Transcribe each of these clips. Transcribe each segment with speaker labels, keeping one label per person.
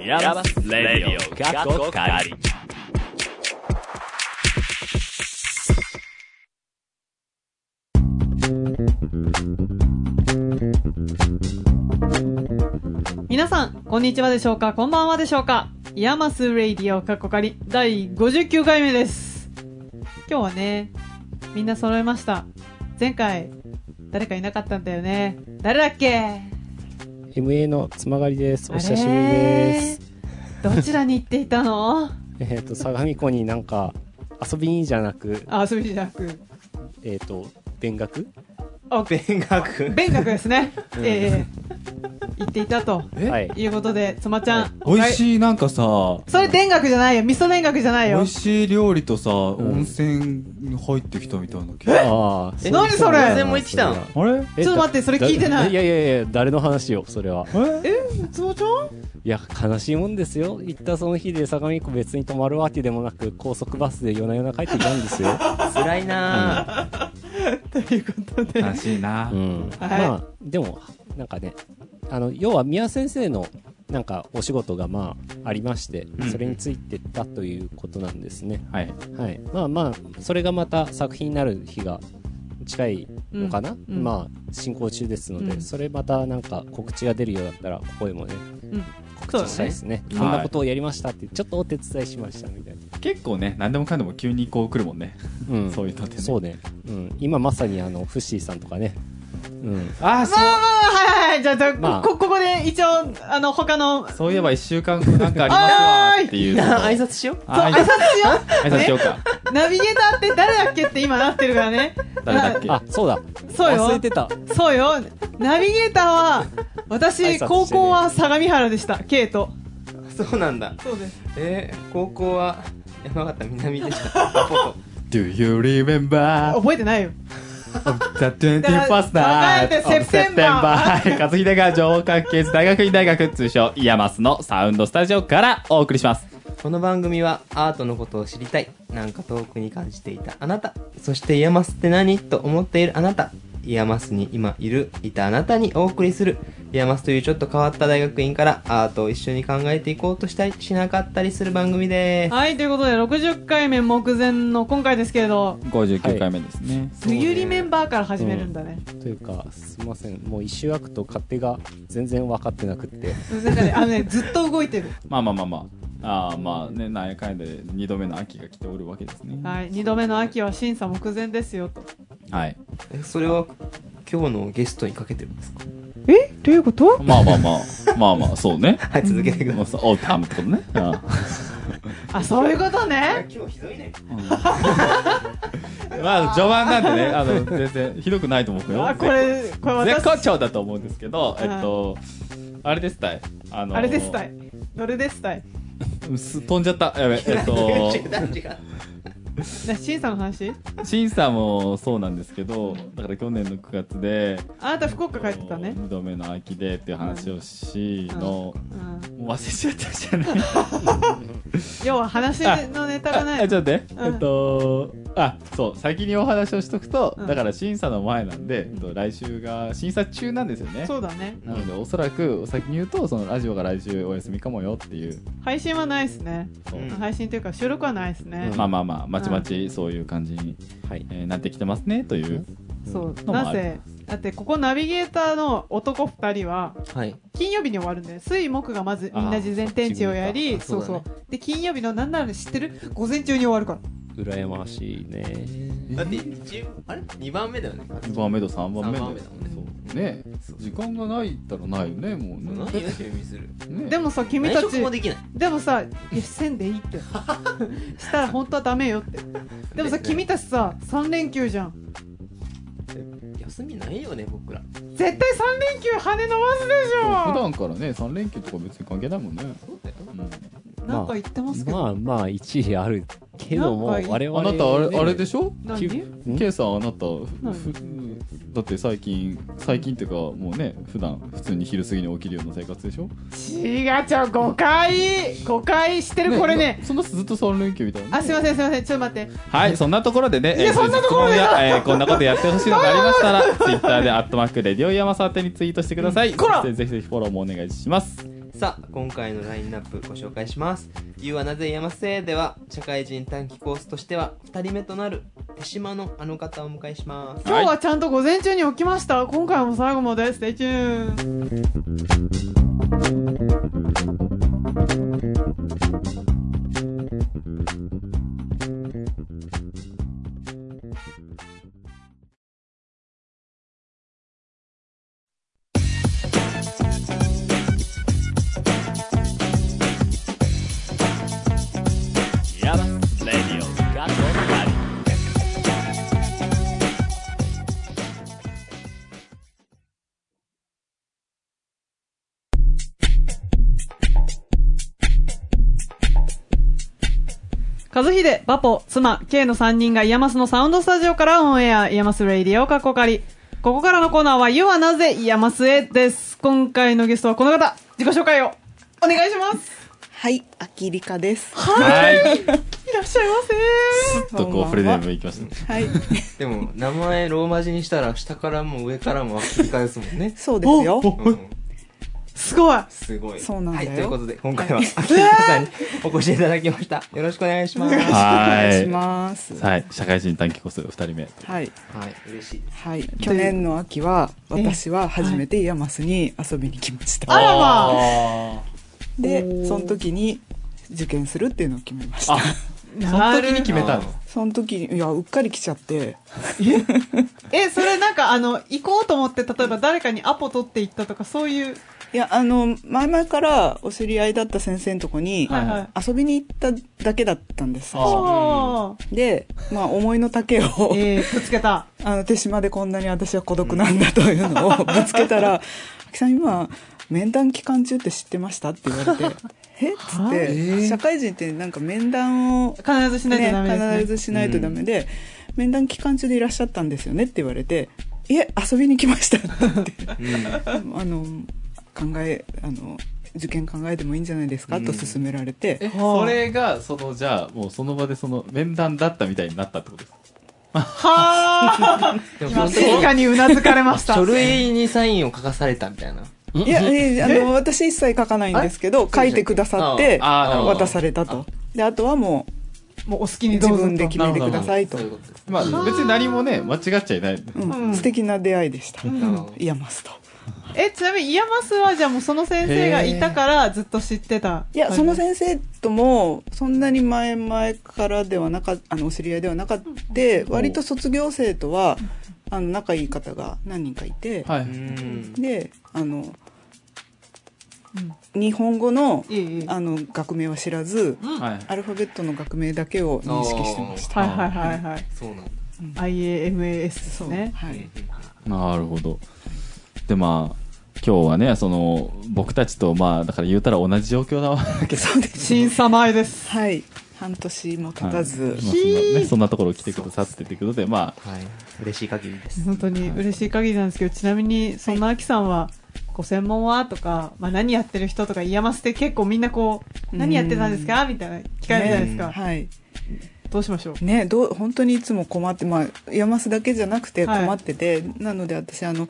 Speaker 1: 平松レディオ過去仮
Speaker 2: 皆さん、こんにちはでしょうかこんばんはでしょうかイヤマスレイディオカッコカリ第59回目です。今日はね、みんな揃いました。前回、誰かいなかったんだよね。誰だっけ
Speaker 3: MA のつまがりです。
Speaker 2: あ
Speaker 3: お
Speaker 2: れ
Speaker 3: 久しぶりです。
Speaker 2: どちらに行っていたの
Speaker 3: えっ、と、相模湖になんか、遊びにじゃなく、
Speaker 2: あ、遊びじゃなく、
Speaker 3: えっ、と、勉学
Speaker 2: あ、
Speaker 4: 勉学
Speaker 2: 勉学ですね。ええ行っていたと
Speaker 4: え
Speaker 3: はい。
Speaker 2: いうことで、つまちゃん。
Speaker 4: 美味
Speaker 2: い。
Speaker 4: しいなんかさ
Speaker 2: それ勉学じゃないよ。味噌勉学じゃない
Speaker 4: 美
Speaker 2: よ
Speaker 4: 味。しい料理とさ
Speaker 3: ん
Speaker 4: 温泉に入ってきたみたいな気が
Speaker 3: ああ、
Speaker 2: 何それ
Speaker 3: 全
Speaker 5: 全も行ってきたの
Speaker 4: あれ
Speaker 2: ちょっと待ってそれ聞いてない
Speaker 3: いやいやいや、誰の話よ、それは。
Speaker 4: え
Speaker 2: つまちゃん
Speaker 3: いや、悲しいもんですよ。行ったその日で相模湖別に泊まるわけでもなく、高速バスで夜な夜な帰ってきたんですよ。
Speaker 5: 辛いなぁ。
Speaker 2: ということで。
Speaker 4: 悲しいな
Speaker 3: うん。
Speaker 2: はい
Speaker 3: まあ、でも、なんかね、あの、要は宮先生の、なんかお仕事がまあありまして、それについてったということなんですね。
Speaker 4: はい
Speaker 3: はい、まあまあそれがまた作品になる日が近いのかな、
Speaker 2: うんうん
Speaker 3: まあ進行中ですので、
Speaker 2: うん
Speaker 3: それまたなんか告知が出るようだったらここへもね
Speaker 2: うん
Speaker 3: 告知したいですね
Speaker 4: そうだね
Speaker 3: こんなことをやりましたってちょっとお手伝いしましたみたいな、
Speaker 4: 結構ね何でもかんでも急にこう来るもんね
Speaker 3: うん
Speaker 4: そういうのってね
Speaker 3: そうね、うん、今まさにあのフッシーさんとかね、うん、
Speaker 4: ああそ
Speaker 2: まあまあはいはいはい。じゃあ、じゃあ
Speaker 3: まあ
Speaker 2: こ、ここで一応、あの、他の、
Speaker 4: うそういえば一週間後なんかありますわーっていう
Speaker 5: 挨拶しよう。
Speaker 4: あ
Speaker 2: 挨拶
Speaker 4: 挨
Speaker 2: しよ
Speaker 4: 拶挨拶しようか
Speaker 2: う。ナビゲーターって誰だっけって今なってるからね。
Speaker 4: 誰だっけ
Speaker 3: あそうだ
Speaker 2: そうよ
Speaker 3: 忘れてた
Speaker 2: そうよ。ナビゲーターは、
Speaker 3: 挨拶
Speaker 2: 私、
Speaker 3: してね
Speaker 2: 高校は相模原でした。ケイト。
Speaker 5: そうなんだ。
Speaker 2: そうです。
Speaker 5: えー、高校は山形南 でした。アポト。
Speaker 4: Do you remember
Speaker 2: 覚えてないよ。
Speaker 4: the 21st night
Speaker 2: だだから
Speaker 4: of
Speaker 2: セプテン
Speaker 4: September
Speaker 2: バ
Speaker 4: はい勝秀が城下系大学院大学通称イヤマスのサウンドスタジオからお送りします
Speaker 5: この番組はアートのことを知りたい。なんか遠くに感じていたあなた。そしてイヤマスって何と思っているあなた。イヤマスに今いる、いたあなたにお送りする。イヤマスというちょっと変わった大学院からアートを一緒に考えていこうとしたりしなかったりする番組です。
Speaker 2: はい、ということで、60回目目前の今回ですけれど、
Speaker 4: 59回目ですね、
Speaker 2: Do you remember から始めるんだね。
Speaker 3: というかすいませんもう一周空くと勝手が全然分かってなくって
Speaker 2: なんか ね、あのね、ずっと動いてる。
Speaker 4: まあまあまあまあ、ああまあね、なんやかんやで2度目の秋が来ておるわけですね。
Speaker 2: はい、2度目の秋は審査目前ですよ、と。
Speaker 4: はい。
Speaker 5: えそれは今日のゲストにかけてるんですか
Speaker 2: えどういうこと
Speaker 4: まあまあまあ、まあまあ、そうね。
Speaker 5: はい、続けてください
Speaker 4: まあ、そうオータムってことね。あ
Speaker 2: あ、そういうことね。
Speaker 5: 今日ひどいね。
Speaker 4: あ まあ、序盤なんでね、あの、全然ひどくないと思うよ。
Speaker 2: あ、これ、これ
Speaker 4: 絶
Speaker 2: 私、
Speaker 4: 好調だと思うんですけど、えっと、あれですたい。あの
Speaker 2: あれですたい。どれですたい。
Speaker 4: す飛んじゃった。やべ、えっと、
Speaker 5: 違う違う。
Speaker 2: ね審査の話
Speaker 4: 審査もそうなんですけど、だから去年の9月で、
Speaker 2: あなた福岡帰ってたね。
Speaker 4: 2度目の秋でっていう話をしの、
Speaker 2: うん。
Speaker 4: もう忘れちゃったじゃない。
Speaker 2: 要は話のネタがな
Speaker 4: あ
Speaker 2: い。
Speaker 4: ちょっと待って、
Speaker 2: うん
Speaker 4: えっとあそう先にお話をしとくと、
Speaker 2: うん
Speaker 4: だから審査の前なんで、えっと、来週が審査中なんですよね
Speaker 2: そうだね。
Speaker 4: なのでおそらく先に言うとそのラジオが来週お休みかもよっていう
Speaker 2: 配信はないですね。
Speaker 4: そう、
Speaker 5: うん
Speaker 2: 配信というか収録はないですね
Speaker 3: うん。
Speaker 4: まあまあまあまちまちそういう感じに、
Speaker 3: はい
Speaker 4: えーなってきてますねという、
Speaker 2: そう。
Speaker 4: のも
Speaker 2: な
Speaker 4: ある
Speaker 2: ぜだってここナビゲーターの男二人は
Speaker 5: はい。
Speaker 2: 金曜日に終わるんで水木がまずみんな事前展示をやり
Speaker 5: あそう
Speaker 2: そ
Speaker 5: っち
Speaker 2: そ
Speaker 5: 向
Speaker 2: う
Speaker 5: いた
Speaker 2: で金曜日の何なら知ってる午前中に終わるから
Speaker 3: 羨ましいね
Speaker 5: だって一あれ2番目だよね。
Speaker 4: 2番目と3番目
Speaker 5: 三番目だもんね
Speaker 4: そうね時間がないったらないよねも
Speaker 5: 何
Speaker 4: う
Speaker 5: を
Speaker 4: ね
Speaker 5: 趣味する
Speaker 4: ね
Speaker 2: でもさ君
Speaker 5: 内
Speaker 2: たち
Speaker 5: 職もできない。
Speaker 2: でもさいやせんでいいってしたら本当はダメよってでもさ君たちさ3連休じゃん
Speaker 5: 休みないよね、僕ら。
Speaker 2: 絶対3連休羽伸ばすでしょ
Speaker 4: 普段からね3連休とか別に関係ないもんね、
Speaker 5: そうだよ。
Speaker 4: うん
Speaker 2: なんか言ってますけど、
Speaker 3: まあまあ一理あるけども
Speaker 2: なんか
Speaker 3: 我々
Speaker 4: あなたあれあれで
Speaker 3: し
Speaker 4: しょ
Speaker 2: 何
Speaker 3: きん
Speaker 4: K さんあなた
Speaker 2: 何
Speaker 4: ふだって最近最近っていうかもうね普段普通に昼過ぎに起きるような生活でしょ
Speaker 2: 違うちゃう誤解誤解してるこれね
Speaker 4: そんなずっと3連休みたいな
Speaker 2: あすいませんすいませんちょっと待って
Speaker 4: はいそんなところでね
Speaker 2: いや
Speaker 4: えー
Speaker 2: そんなところで
Speaker 4: 質問や、えーこんなことやってほしいのがありま したら Twitter で「アットマークレディオ山沢」宛てにツイートしてください
Speaker 2: こら
Speaker 4: ぜひぜひフォローもお願いします
Speaker 5: ささあ、今回のラインナップご紹介します。You はなぜ山瀬では、社会人短期コースとしては、二人目となる手島のあの方をお迎えします。
Speaker 2: 今日はちゃんと午前中に起きました。今回も最後までステイチューン。
Speaker 1: Yamas Radio Kakokari.
Speaker 2: 和秀、バポ、妻、K の3人がイヤマスのサウンドスタジオからオンエア、イヤマスレイディオをかっこかり。ここからのコーナーは、You はなぜイヤマスへです。今回のゲストはこの方、自己紹介をお願いします。
Speaker 6: はい、あきりかです。
Speaker 2: いらっしゃいませ
Speaker 4: とこうフレネームいきましたね
Speaker 6: はい、。
Speaker 5: でも、名前ローマ字にしたら、下からも上からもアフリカですもんね
Speaker 6: そうですよ。
Speaker 5: うん
Speaker 2: すごい。
Speaker 5: すごい。
Speaker 6: そうなんだよ
Speaker 5: はい、ということで、今回は、秋田さんにお越しいただきました。よろしくお願いします。は
Speaker 6: お
Speaker 4: は
Speaker 6: 願いし
Speaker 4: い
Speaker 6: ます。
Speaker 4: はい社会人短期コース2人目
Speaker 6: はい、
Speaker 5: い、嬉しいです。
Speaker 6: はい、去年の秋は、私は初めてイヤマスに遊びに来ました。
Speaker 2: あらまあ
Speaker 6: で、その時に受験するっていうのを決めました。
Speaker 4: その時に決めたんです
Speaker 6: その時に、いや、うっかり来ちゃって、
Speaker 2: え、それなんかあの、行こうと思って、例えば誰かにアポ取って行ったとか、そういう。
Speaker 6: いや、あの、前々からお知り合いだった先生のとこに、
Speaker 2: はいはい。
Speaker 6: 遊びに行っただけだったんです。
Speaker 2: あ
Speaker 6: で、まあ、思いの丈を、
Speaker 2: ーえー、ぶつけた。
Speaker 6: あの手島でこんなに私は孤独なんだというのをぶつけたら「秋さん今面談期間中って知ってました?」って言われて「えっ?」つっ
Speaker 2: は
Speaker 6: て社会人ってなんか面談を、
Speaker 2: 必ずしないとダメですね。
Speaker 6: ね、必ずしないとダメで、面談期間中でいらっしゃったんですよねって言われて「いえ遊びに来ました」って言ってあの考えあの受験考えてもいいんじゃないですか、と勧められて
Speaker 4: えそれがそのじゃあもうその場でその面談だったみたいになったってことです
Speaker 2: は あ
Speaker 5: でも
Speaker 2: 今、
Speaker 5: その
Speaker 2: 成果にうなずかれました。
Speaker 5: 書類にサインを書かされたみたいな。
Speaker 6: いや、えあの私一切書かないんですけど
Speaker 5: あ
Speaker 6: 書いてくださって
Speaker 4: ああなるほど
Speaker 6: 渡されたとであとはもう
Speaker 2: もうお好きにど
Speaker 6: 自
Speaker 2: うぞ
Speaker 6: 分で
Speaker 2: と。
Speaker 6: 決めてくださいと
Speaker 5: そうい、うことです。
Speaker 4: まあ別に何もね間違っちゃいない
Speaker 6: うん
Speaker 2: うん
Speaker 6: 素敵な出会いでした、
Speaker 5: ん、
Speaker 6: イヤマスと
Speaker 2: え、ちなみに、イヤマスはじゃあもうその先生がいたからずっと知ってた。
Speaker 6: いやその先生ともそんなに前々からではなかあのお知り合いではなかって割と卒業生とはあの仲いい方が何人かいて、
Speaker 4: はいう
Speaker 5: ん。
Speaker 6: であの、日本語の
Speaker 2: いえいえ。は
Speaker 6: あの学名は知らず
Speaker 4: はい
Speaker 6: アルファベットの学名だけを認識してまし
Speaker 2: いはいはいはい。
Speaker 5: そうなんだ。
Speaker 2: IAMAS で
Speaker 6: た
Speaker 2: す
Speaker 6: そう、
Speaker 2: ね。
Speaker 6: はい、
Speaker 4: なるほど。で、まあ、今日はね、その、僕たちと、まあ、だから言うたら同じ状況だわけ
Speaker 6: そうです
Speaker 2: 審査前です。
Speaker 6: はい半年も経たず、
Speaker 4: まあそんなね、そんなところ来てくださってということで、まあ、
Speaker 5: はい。嬉しい限りです。
Speaker 2: 本当に嬉しい限りなんですけど、ちなみに、そんなアキさんは、ご専門はとか、まあ何やってる人とか、イヤマスって結構みんなこう、
Speaker 6: うん
Speaker 2: 何やってたんですかみたいな、聞かれるじゃないですか。
Speaker 6: はい
Speaker 2: どうしましょう
Speaker 6: ね、どう本当にいつも困って、まあ、山須だけじゃなくて
Speaker 2: はい
Speaker 6: 困ってて、なので私あの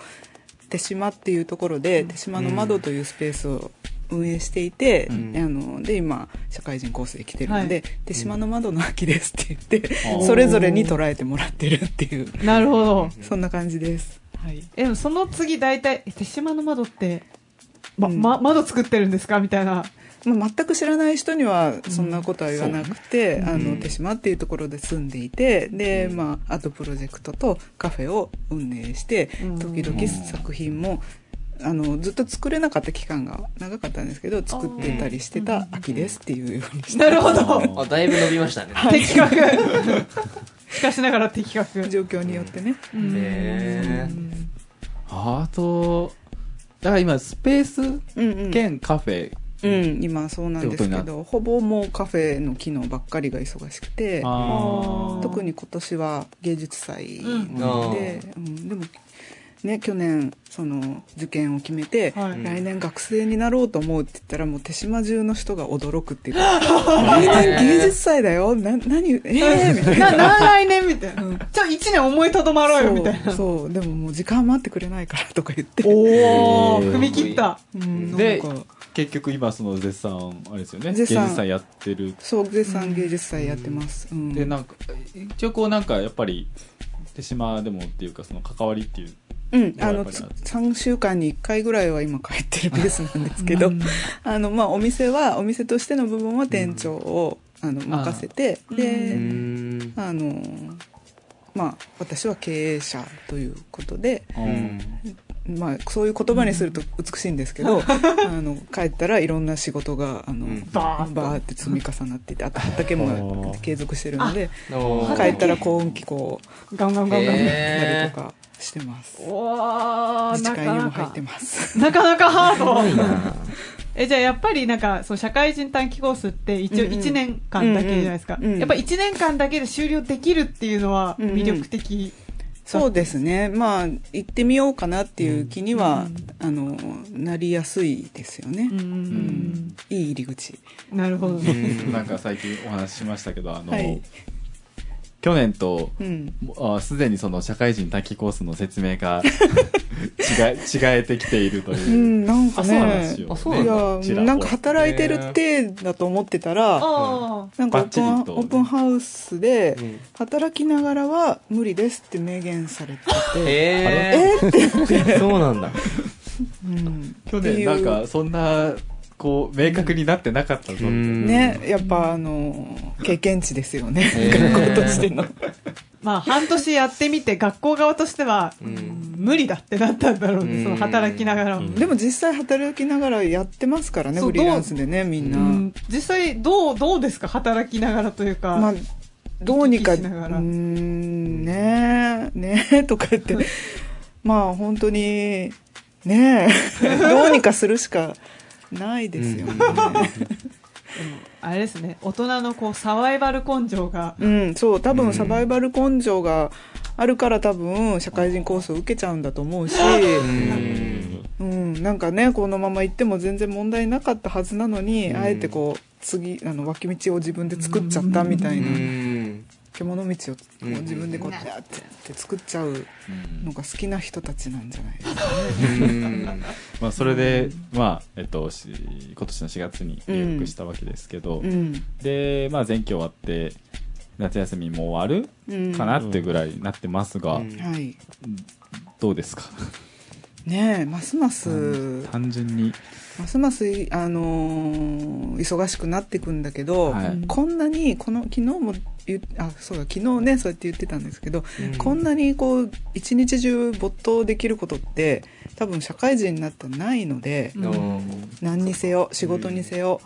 Speaker 6: 手島っていうところで手島の窓というスペースを運営していて、
Speaker 5: ん
Speaker 6: あので今社会人コースで来てるので、
Speaker 2: はい
Speaker 6: 手島の窓の秋ですって言って、
Speaker 4: うん
Speaker 6: それぞれに捉えてもらってるっていう
Speaker 2: なるほど。
Speaker 6: そんな感じです。はい
Speaker 2: え、でもその次大体、え手島の窓って、ま、
Speaker 6: うん
Speaker 2: ま、窓作ってるんですかみたい な。
Speaker 6: まあ、全く知らない人にはそんなことは言わなくて、あ
Speaker 5: う
Speaker 6: の
Speaker 5: ん
Speaker 6: 手島っていうところで住んでいてで、まあ、アートプロジェクトとカフェを運営して
Speaker 2: うん
Speaker 6: 時々作品もあのずっと作れなかった期間が長かったんですけど作ってたりしてた秋ですっていうようにして
Speaker 2: なるほ ど。
Speaker 5: あ、だいぶ伸びましたね。
Speaker 2: 的 確。しかしながら的確。
Speaker 6: 状況によってね、
Speaker 5: へー
Speaker 4: あと、だから今、スペース
Speaker 6: うんうん
Speaker 4: 兼カフェ、
Speaker 6: うん、今そうなんです
Speaker 4: って
Speaker 6: け
Speaker 4: こと
Speaker 6: どほぼもうカフェの機能ばっかりが忙しくて。
Speaker 2: あー
Speaker 6: 特に今年は芸術祭なので、うんでもね去年その受験を決めて、
Speaker 2: はい
Speaker 6: 来年学生になろうと思うって言ったらもう手島中の人が驚くっていう来年芸術祭だよな何え えみたいな。
Speaker 2: な、な、来年みたいな。
Speaker 6: うん
Speaker 2: じゃあ一年思いとどまろうよ、みたいな。
Speaker 6: そうそうでももう時間待ってくれないからとか言って、
Speaker 2: おお、
Speaker 4: へー
Speaker 2: 踏み切った。
Speaker 6: うん
Speaker 4: で
Speaker 6: なんか
Speaker 4: 結局今その絶賛あれですよね
Speaker 6: 絶
Speaker 4: 芸
Speaker 6: 賛
Speaker 4: 術祭やってる
Speaker 6: そう絶賛芸術祭やってます、うん
Speaker 4: でなんか一応こうなんかやっぱり手島でもっていうかその関わりっていう
Speaker 6: うん、あ
Speaker 4: や
Speaker 6: の
Speaker 4: っぱり
Speaker 6: つ
Speaker 4: な
Speaker 6: 3週間に1回ぐらいは今帰ってるペースなんですけど、あのまあ、お店はお店としての部分は店長を、あの任せて
Speaker 5: う
Speaker 6: で、
Speaker 5: ん
Speaker 6: あのまあ、私は経営者ということで、
Speaker 5: うん
Speaker 6: まあ、そういう言葉にすると美しいんですけど、あの帰ったらいろんな仕事があの、
Speaker 5: うん
Speaker 2: バーンと
Speaker 6: バーって積み重なっていてあと畑も継続してるので
Speaker 5: おー
Speaker 6: 帰ったら幸運気候
Speaker 2: ガンガンガンガン。
Speaker 5: へ
Speaker 6: やったりとかしてます。
Speaker 2: おー、
Speaker 6: 自
Speaker 2: なか
Speaker 6: 治会にも
Speaker 2: な
Speaker 6: 入っ
Speaker 2: か
Speaker 6: て。ます。
Speaker 2: なかなかハード。
Speaker 5: あ
Speaker 2: え、じゃあやっぱりなんか、その社会人短期コースって一応
Speaker 6: うんうん
Speaker 2: 1年間だけじゃないですか。
Speaker 6: うんうん
Speaker 2: やっぱ1年間だけで終了できるっていうのは
Speaker 6: うんうん
Speaker 2: 魅力的。
Speaker 6: そうですね。まあ、行ってみようかなっていう気には、あの、なりやすいですよね。
Speaker 2: うんうん
Speaker 6: いい入り口。
Speaker 2: うん。なるほど。
Speaker 5: ーう
Speaker 4: なん
Speaker 5: ん
Speaker 4: か最近お話ししましたけどあの、
Speaker 6: はい
Speaker 4: 去年と
Speaker 6: うん。
Speaker 4: もあすでにその社会人短期コースの説明 が違い違えてきていると
Speaker 6: う
Speaker 4: いう、
Speaker 6: ん、なんか
Speaker 4: あそうなんです
Speaker 6: ね。
Speaker 4: よ、
Speaker 5: あそうなん
Speaker 6: い
Speaker 5: だ
Speaker 6: や、なんか働いてる体だと思ってたら、
Speaker 2: あ
Speaker 6: なんかオープ
Speaker 4: バッ
Speaker 6: ン
Speaker 4: チリと
Speaker 6: オープンハウスで
Speaker 5: うん、
Speaker 6: 働きながらは無理ですって明言されてて。
Speaker 5: えー、そうなんだ。
Speaker 6: うん
Speaker 4: 去年なんかそんなこう明確になってなかったぞって、
Speaker 6: ね、やっぱあの、経験値ですよね。
Speaker 5: えー
Speaker 6: 学校としての。
Speaker 2: ーまあ、半年やってみて学校側としては、
Speaker 5: うん
Speaker 2: 無理だってなったんだろう
Speaker 5: う
Speaker 2: ね、
Speaker 5: ん
Speaker 2: その働きながら。
Speaker 5: うん
Speaker 6: でも実際働きながらやってますからね、
Speaker 2: そう
Speaker 6: フリーランスでね、みん
Speaker 2: う
Speaker 6: な。
Speaker 2: ん実際、どう、どうですか働きながらというか。
Speaker 6: まあ、どうにか、う
Speaker 2: 行き来しながら
Speaker 6: ーん、ねえ、ねえ、とか言って、まあ本当に、ねえ、どうにかするしかないですよね。
Speaker 2: あれですね、大人のこう、サバイバル根性が。
Speaker 6: うん、そう、多分サバイバル根性があるから多分社会人コースを受けちゃうんだと思うし、
Speaker 5: うん
Speaker 6: うん、なんかね、このまま行っても全然問題なかったはずなのに、あえてこう、次、あの、脇道を自分で作っちゃったみたいな。
Speaker 5: うん
Speaker 6: 獣道をこう
Speaker 5: うん
Speaker 6: 自分でこうやってって作っちゃうのが好きな人たちなんじゃないですか、
Speaker 5: うん
Speaker 4: まあ、それで、まあえっと、し今年の4月に入学したわけですけど、
Speaker 6: うん
Speaker 4: で、まあ、前期終わって夏休みも終わ
Speaker 6: うん、
Speaker 4: るかなってぐらいになってますが、
Speaker 5: うん
Speaker 6: はい
Speaker 4: どうですか
Speaker 6: ねえますます、
Speaker 4: 単純に
Speaker 6: ますます、あのー忙しくなっていくんだけど、
Speaker 4: はい
Speaker 6: こんなにこの昨日も言うあそうだ昨日ねそうやって言ってたんですけど、
Speaker 5: うん
Speaker 6: こんなにこう一日中没頭できることって多分社会人になったらないので、
Speaker 2: うん
Speaker 6: 何にせよ仕事にせよ、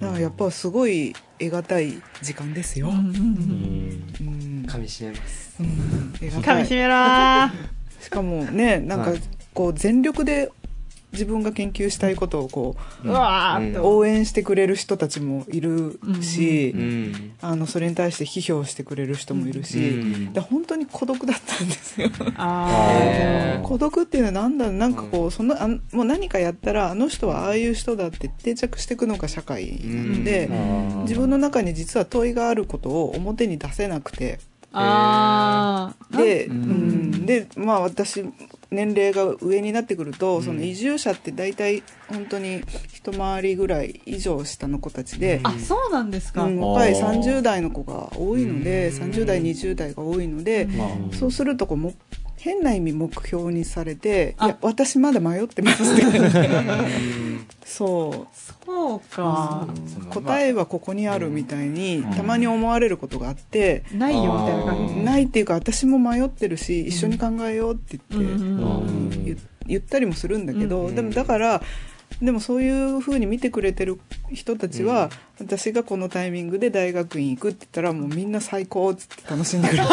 Speaker 6: だからやっぱすごい得難い時間ですよ、うん
Speaker 5: 噛み締めます。
Speaker 6: うん絵が
Speaker 2: かみしめらー。
Speaker 6: しかもねなんか
Speaker 5: はい
Speaker 6: こう全力で自分が研究したいことをこ
Speaker 2: うわーっ
Speaker 6: う
Speaker 2: て。
Speaker 6: 応援してくれる人たちもいるし、
Speaker 5: うん
Speaker 6: あのそれに対して批評してくれる人もいるし、
Speaker 5: うん
Speaker 6: で本当に孤独だったんですよ
Speaker 2: あ
Speaker 5: うん
Speaker 6: 孤独っていうのは何だろうなんかこうそのあのもう何かやったらあの人はああいう人だって定着していくのが社会なんで、
Speaker 5: うん
Speaker 6: 自分の中に実は問いがあることを表に出せなくて。
Speaker 2: ー。あー。
Speaker 6: で、
Speaker 4: う
Speaker 6: うんんでまあ私年齢が上になってくると、その移住者って大体本当に一回りぐらい以上下の子たちで、
Speaker 2: あ、そうなんですか。
Speaker 6: う
Speaker 2: うんん
Speaker 6: 若い
Speaker 4: あー
Speaker 6: 30代の子が多いので、
Speaker 5: うん
Speaker 6: 30代20代が多いので、そうするとこうも変な意味目標にされて「
Speaker 2: あ
Speaker 6: いや私まだ迷ってます」ってそう
Speaker 2: そうか。
Speaker 6: 答
Speaker 4: え
Speaker 6: えはここにあるみたいに、
Speaker 4: うん
Speaker 6: たまに思われることがあって。
Speaker 2: ないよみたいな感じ
Speaker 5: うん
Speaker 6: ないっていうか私も迷ってるし一緒に考えようって言って、
Speaker 2: うん
Speaker 6: 言言ったりもするんだけど、
Speaker 5: うん
Speaker 6: でもだからでもそういうふうに見てくれてる人たちは、私がこのタイミングで大学院行くって言ったらもうみんな最高っつって楽しんでくれて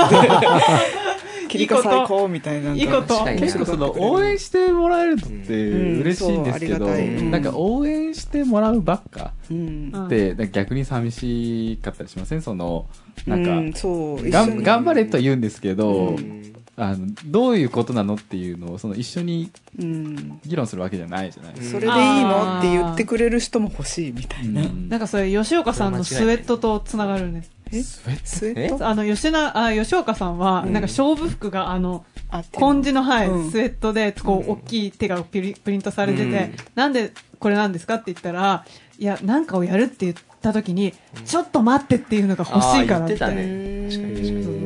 Speaker 6: 切り替え最高みたいななんか
Speaker 2: いいこと
Speaker 5: 確かにな
Speaker 4: 結構その応援してもらえるのって
Speaker 6: うん
Speaker 4: 嬉しいんですけど、
Speaker 6: そうありがたいうん
Speaker 4: なんか応援してもらうばっか
Speaker 6: うん
Speaker 2: うん
Speaker 4: でなんか逆に寂しかったりしませんそのなんか、
Speaker 6: うんそう一
Speaker 4: が
Speaker 6: 緒
Speaker 4: ん
Speaker 6: に
Speaker 4: 頑張れと言うんですけど、
Speaker 5: うん
Speaker 4: あのどういうことなのっていうのをその一緒に
Speaker 6: うん
Speaker 4: 議論するわけじゃないじゃないですか。
Speaker 6: それでいいのって言ってくれる人も欲しいみたいな、
Speaker 4: うん
Speaker 2: なんかそれ、吉岡さんのスウェットとつながるね。
Speaker 6: え
Speaker 4: スウェット
Speaker 6: スウェット
Speaker 2: あの、吉な、あ、吉岡さんは、
Speaker 5: うん
Speaker 2: なんか勝負服が、あの、
Speaker 6: あって
Speaker 2: 紺地の、はい、
Speaker 6: うん
Speaker 2: スウェットで、こう、大きい手がピリプリントされてて、
Speaker 5: うん
Speaker 2: なんでこれなんですかって言ったら、いや、なんかをやるって言った時に、ちょっと待ってっていうのが欲しいか
Speaker 5: あー言
Speaker 2: ら
Speaker 5: ってたね
Speaker 6: うん
Speaker 5: 確かに確かに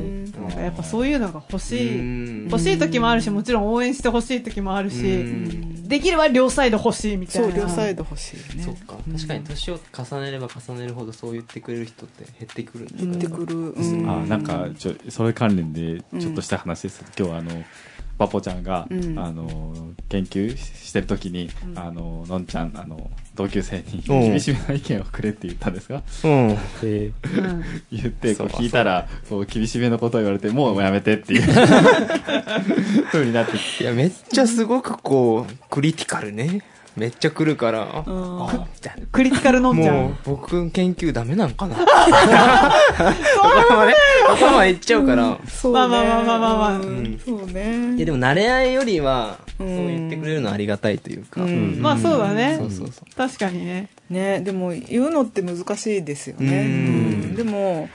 Speaker 2: なんかやっぱそういうのが欲しい。
Speaker 5: うん
Speaker 2: 欲しい時もあるし、もちろん応援して欲しい時もある
Speaker 5: う
Speaker 2: し、
Speaker 5: ん
Speaker 2: できれば両サイド欲しいみたい
Speaker 6: そ
Speaker 2: な。
Speaker 6: う両サイド欲しい
Speaker 5: そっ
Speaker 6: ね
Speaker 5: か確かに年を重ねれば重ねるほどそう言ってくれる人って減ってくるんです
Speaker 6: 減
Speaker 5: か
Speaker 6: っ
Speaker 5: ね
Speaker 6: てくる、
Speaker 4: あーなんかちょそれ関連でちょっとした話ですけど、今日はあのバポちゃんが、
Speaker 6: うん
Speaker 4: あの研究してる時に、あののんちゃんあの同級生に
Speaker 5: おう
Speaker 4: 厳しめな意見をくれって言ったんですが
Speaker 5: うん
Speaker 3: え
Speaker 2: うん
Speaker 4: 言ってこ
Speaker 5: そううか
Speaker 4: 聞いたらこう厳しめのことを言われてもうやめてっていうふうになって
Speaker 5: いやめっちゃすごくこうクリティカルねめっちゃ来るから
Speaker 6: ん
Speaker 5: あみたいな
Speaker 2: クリティカル飲んじゃ
Speaker 5: も
Speaker 2: う
Speaker 5: う。僕研究ダメなん かなとかもね頭いっちゃうから
Speaker 6: そう
Speaker 2: まあまあまあまあまあまあ
Speaker 6: うんそう
Speaker 5: いや
Speaker 6: ね
Speaker 5: でも慣れ合いよりはそ
Speaker 6: うん
Speaker 5: う言ってくれるのはありがたいというか、
Speaker 6: うん
Speaker 2: まあそうだね
Speaker 5: そ。うそうそ
Speaker 2: 確かにね。
Speaker 6: ねでも言うのって難しいですよね
Speaker 5: うん
Speaker 6: うんでも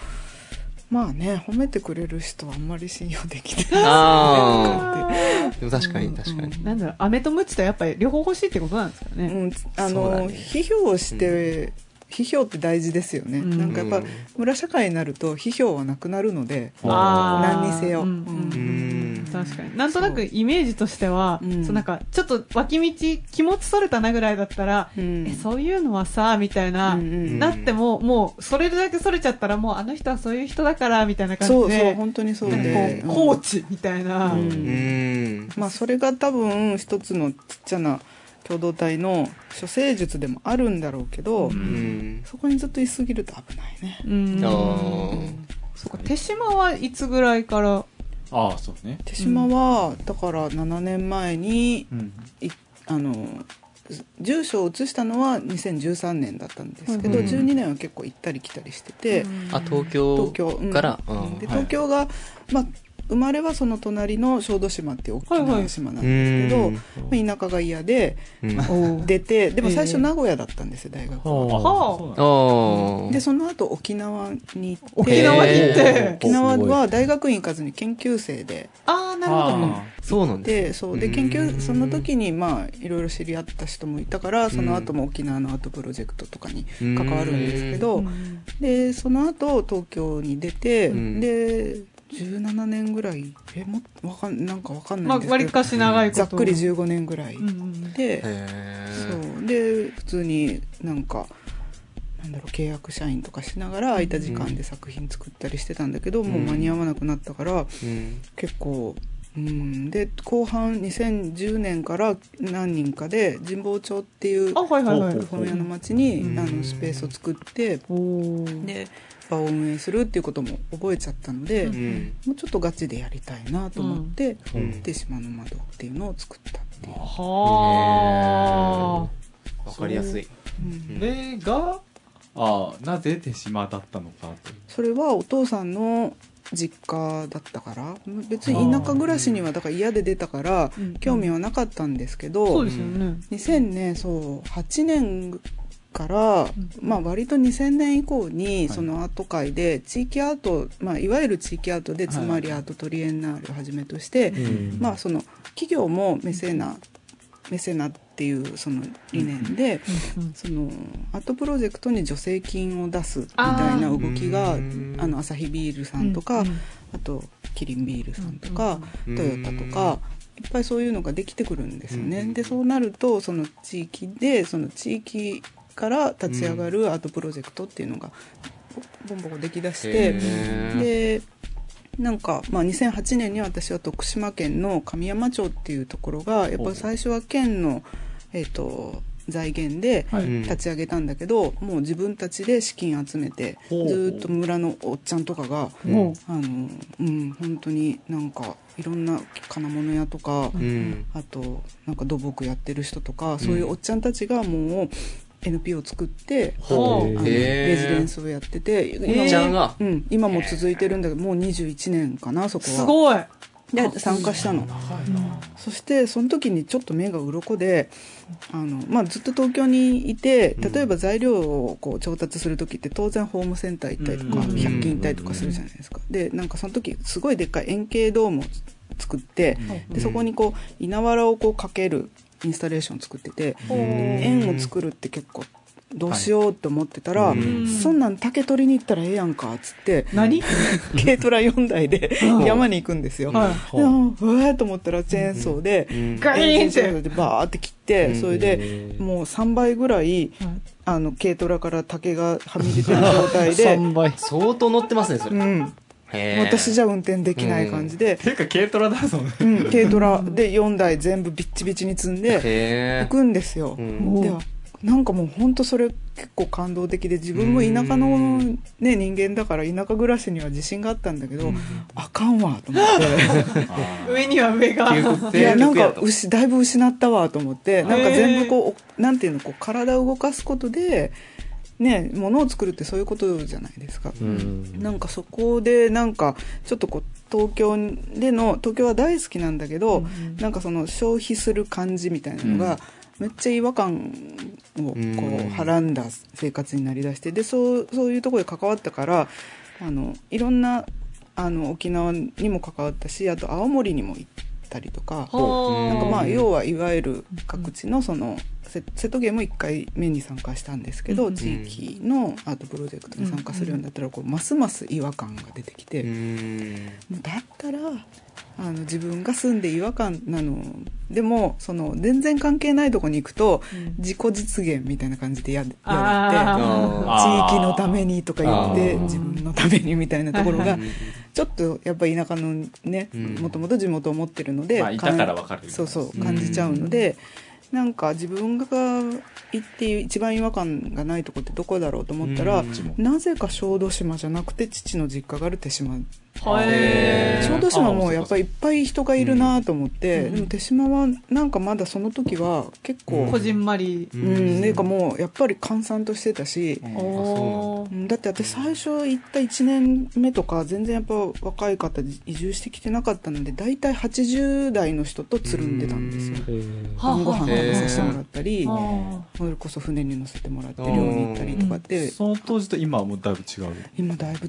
Speaker 6: まあね褒めてくれる人はあんまり信用でき
Speaker 5: う
Speaker 6: ない
Speaker 5: ああでも確かに確かに、
Speaker 2: なんだろう、飴とムチとやっぱり両方欲しいってことなんですか
Speaker 6: う
Speaker 2: ね。
Speaker 6: んあ
Speaker 5: そうだ
Speaker 6: の
Speaker 5: ね
Speaker 6: 批評をして批評って大事ですよね
Speaker 2: うん
Speaker 6: なんかやっ
Speaker 5: う
Speaker 6: ぱ
Speaker 5: ん
Speaker 6: 村社会になると批評はなくなるので
Speaker 2: あー
Speaker 6: 何にせよ
Speaker 2: うん
Speaker 5: う
Speaker 2: うん
Speaker 5: ん
Speaker 2: 確かになんとなくイメージとしては、
Speaker 6: うん
Speaker 2: そうなんかちょっと脇道気持ちそれたなぐらいだったら、
Speaker 6: うん
Speaker 2: えそういうのはさみたいな、
Speaker 6: うんうん
Speaker 2: なってももうそれだけそれちゃったらもうあの人はそういう人だからみたいな感じで
Speaker 6: そうそう本当にそう
Speaker 2: なん
Speaker 6: で
Speaker 2: かこうコーチみたいな、
Speaker 6: うん
Speaker 5: うーん
Speaker 6: まあそれが多分一つのちっちゃな共同体の処世術でもあるんだろうけど、
Speaker 2: う
Speaker 5: うんうん
Speaker 6: そこにずっといすぎると危ないね
Speaker 2: うん
Speaker 5: あー
Speaker 2: そうか手島はいつぐらいから
Speaker 4: ああそうね、
Speaker 6: 手島はだから7年前に
Speaker 4: うん、
Speaker 6: いあの住所を移したのは2013年だったんですけど、
Speaker 5: うん
Speaker 6: 12年は結構行ったり来たりしてて、
Speaker 5: あ東京
Speaker 6: 東京、うん
Speaker 5: から、
Speaker 6: で
Speaker 4: はい
Speaker 6: 東京が、まあ、生まれはその隣の小豆島っていう大き
Speaker 2: はいは
Speaker 6: ない島なん
Speaker 5: う
Speaker 6: ですけど、
Speaker 5: ん
Speaker 6: まあ田舎が嫌で
Speaker 5: うんあ
Speaker 6: 出てでも最
Speaker 2: え
Speaker 6: 初
Speaker 2: え
Speaker 6: 名古屋だったんですよ大学は
Speaker 2: はあ
Speaker 4: そうなんだ
Speaker 5: あ
Speaker 6: でその後沖縄に行って
Speaker 2: 沖縄に行って、
Speaker 5: へ
Speaker 6: 沖縄は大学院行かずに研究生で
Speaker 2: ああなるほど
Speaker 4: あ
Speaker 5: そうなんです
Speaker 6: でそうで研究その時にまあいろいろ知り合った人もいたからその後も沖縄のアートプロジェクトとかに関わるんですけど
Speaker 2: うん
Speaker 6: でその後東京に出て
Speaker 5: うん
Speaker 6: で17年ぐらいえもうわかんなんかわかんな
Speaker 2: ま
Speaker 6: い
Speaker 2: あ
Speaker 6: んですけ
Speaker 2: 割
Speaker 6: ど、
Speaker 2: かし長いこと
Speaker 6: ざっくり15年ぐらい
Speaker 2: うんうん
Speaker 6: で、
Speaker 5: へー
Speaker 6: そうで普通になんかなんだろう契約社員とかしながら空いた時間で作品作ったりしてたんだけど、もう間に合わなくなったから
Speaker 5: うん
Speaker 6: 結構うんで後半2010年から何人かで神保町っていう
Speaker 2: あはいはいはい
Speaker 6: お米屋の町に、
Speaker 5: うん
Speaker 6: あのスペースを作って
Speaker 2: おー
Speaker 6: で場を運営するっていうことも覚えちゃったので、
Speaker 2: うん
Speaker 5: うん
Speaker 6: もうちょっとガチでやりたいなと思って「
Speaker 5: うん
Speaker 6: 手島の窓」っていうのを作ったっていう。
Speaker 2: はあ
Speaker 5: わかりやすい
Speaker 6: うん
Speaker 4: それがああなぜ手島だったのかという
Speaker 6: それはお父さんの実家だったから別に田舎暮らしにはだから嫌で出たから
Speaker 2: うん
Speaker 6: 興味はなかったんですけど、
Speaker 2: そうですよね。
Speaker 6: 2000年そう8年から、まあ、割と2000年以降にそのアート界で地域アート、まあ、いわゆる地域アートでつまりアートトリエンナールをはじめとして、まあ、その企業もメセナメセナっていうその理念で。
Speaker 2: うん
Speaker 6: そのアートプロジェクトに助成金を出すみたいな動き
Speaker 5: あ
Speaker 6: があ
Speaker 5: ー
Speaker 6: のアサヒビールさんとか、
Speaker 2: うんうん
Speaker 6: あとキリンビールさんとか、
Speaker 5: うん
Speaker 6: トヨタとかいっぱいそういうのができてくるんですよね。
Speaker 5: うん
Speaker 6: でそうなるとその地域でその地域から立ち上がるアートプロジェクトっていうのがボンボコできだして。
Speaker 5: で
Speaker 6: でなんか、まあ、2008年に私は徳島県の神山町っていうところがやっぱ最初は県の、えー、と財源で
Speaker 4: はい
Speaker 6: 立ち上げたんだけど、もう自分たちで資金集めてず
Speaker 4: ほう
Speaker 6: ーっと村のおっちゃんとかが、
Speaker 2: もう
Speaker 6: あのうん、本当になんかいろんな金物屋とか、
Speaker 5: うん
Speaker 6: あとなんか土木やってる人とか、そういうおっちゃんたちがもう NPO を作って。
Speaker 2: ほ
Speaker 6: あ
Speaker 2: う
Speaker 6: の
Speaker 5: へー
Speaker 6: レジデンスをやってて
Speaker 5: おっちゃん
Speaker 6: 今も
Speaker 5: が
Speaker 6: うん、今も続いてるんだけどもう21年かなそこは
Speaker 2: すごい。
Speaker 6: で参加したのそしてその時にちょっと目が鱗であの、まあ、ずっと東京にいて例えば材料をこう調達する時って当然ホームセンター行ったりとか
Speaker 4: うん
Speaker 6: 100均行ったりとかするじゃないですかでなんかその時すごいでっかい円形ドームを作って、
Speaker 2: うん
Speaker 6: でそこにこう稲わらをこうかけるインスタレーション作ってて、
Speaker 2: おー
Speaker 6: 円を作るって結構どうしようと思ってたら、
Speaker 5: はい
Speaker 2: うん
Speaker 6: そんなん竹取りに行ったらええやんかっ つって
Speaker 2: 何
Speaker 6: 軽トラ4台で
Speaker 2: うん
Speaker 6: 山に行くんですよ。で
Speaker 2: はい
Speaker 6: あうわーと思ったらチェーンソーで、
Speaker 5: うん
Speaker 2: ガイーンって
Speaker 6: チェーンソーでバーって切って、それでもう3倍ぐらいあの軽トラから竹がはみ出てる状態 で、
Speaker 3: 3倍。
Speaker 5: 相当乗ってますね、それ。
Speaker 6: うん、
Speaker 5: へー
Speaker 6: 私じゃ運転できない感じで、
Speaker 4: ていうか軽トラだぞね
Speaker 6: うん軽トラで4台全部ビッチビチに積んで
Speaker 5: へー
Speaker 6: 行くんですよ。
Speaker 5: うん
Speaker 6: ではなんかもう本当それ結構感動的で自分も田舎
Speaker 5: う
Speaker 6: の、
Speaker 5: ん
Speaker 6: ね、人間だから田舎暮らしには自信があったんだけど、あかんわと思っ
Speaker 2: 上には上が
Speaker 5: 究極
Speaker 6: ていや
Speaker 5: 究
Speaker 6: なん
Speaker 5: 極
Speaker 6: か
Speaker 5: やと
Speaker 6: うしだいぶ失ったわと思ってなんか全部こうなんていうのこう体を動かすことで、ね、物を作るってそういうことじゃないですか。
Speaker 3: うん。
Speaker 6: なんかそこでなんかちょっとこう東京での東京は大好きなんだけど、なんかその消費する感じみたいなのが、めっちゃ違和感をこ
Speaker 5: うん
Speaker 6: うはらんだ生活になりだしてでそうそういうところで関わったからあのいろんなあの沖縄にも関わったしあと青森にも行ったりとか。
Speaker 2: は
Speaker 6: なんかまあ
Speaker 5: うん
Speaker 6: 要はいわゆる各地のそのせ瀬戸芸も1回目に参加したんですけど、
Speaker 2: うん
Speaker 6: 地域のアートプロジェクトに参加するようになったらこうますます違和感が出てきて、
Speaker 5: うん
Speaker 6: もうだったらあの自分が住んで違和感なのでもその全然関係ないとこに行くと
Speaker 2: うん
Speaker 6: 自己実現みたいな感じでやや
Speaker 2: あ
Speaker 6: だって
Speaker 4: ー
Speaker 5: あ
Speaker 6: 地域のためにとか言っ
Speaker 5: あ
Speaker 6: て
Speaker 5: ー
Speaker 6: 自分のためにみたいなところ
Speaker 5: ー
Speaker 6: がちょっとやっぱり田舎のね
Speaker 5: うん
Speaker 6: もともと地元を持ってるので、
Speaker 4: まあいたからわかる
Speaker 6: そうそう感じちゃうので、なんか自分が行って一番違和感がないとこってどこだろうと思ったら、
Speaker 5: うん
Speaker 6: なぜか小豆島じゃなくて父の実家がある手島
Speaker 2: へー
Speaker 6: 小豆島もやっぱりいっぱい人がいるなと思って、
Speaker 2: うん
Speaker 6: でも手島はなんかまだその時は結構、
Speaker 2: こじんまり
Speaker 6: うんなんかもうやっぱり閑散としてたし、
Speaker 2: おー
Speaker 6: うんだって私最初行った1年目とか全然やっぱ若い方移住してきてなかったので大体80代の人とつるんでたんですよ
Speaker 3: えー
Speaker 2: はあ
Speaker 6: 晩ご飯食べさせてもらったり
Speaker 2: は
Speaker 6: それこそ船に乗せてもらって漁に行ったりとかっ て、
Speaker 4: その当時と今はもうだいぶ違う
Speaker 6: 今だいぶ違
Speaker 2: あ
Speaker 6: う、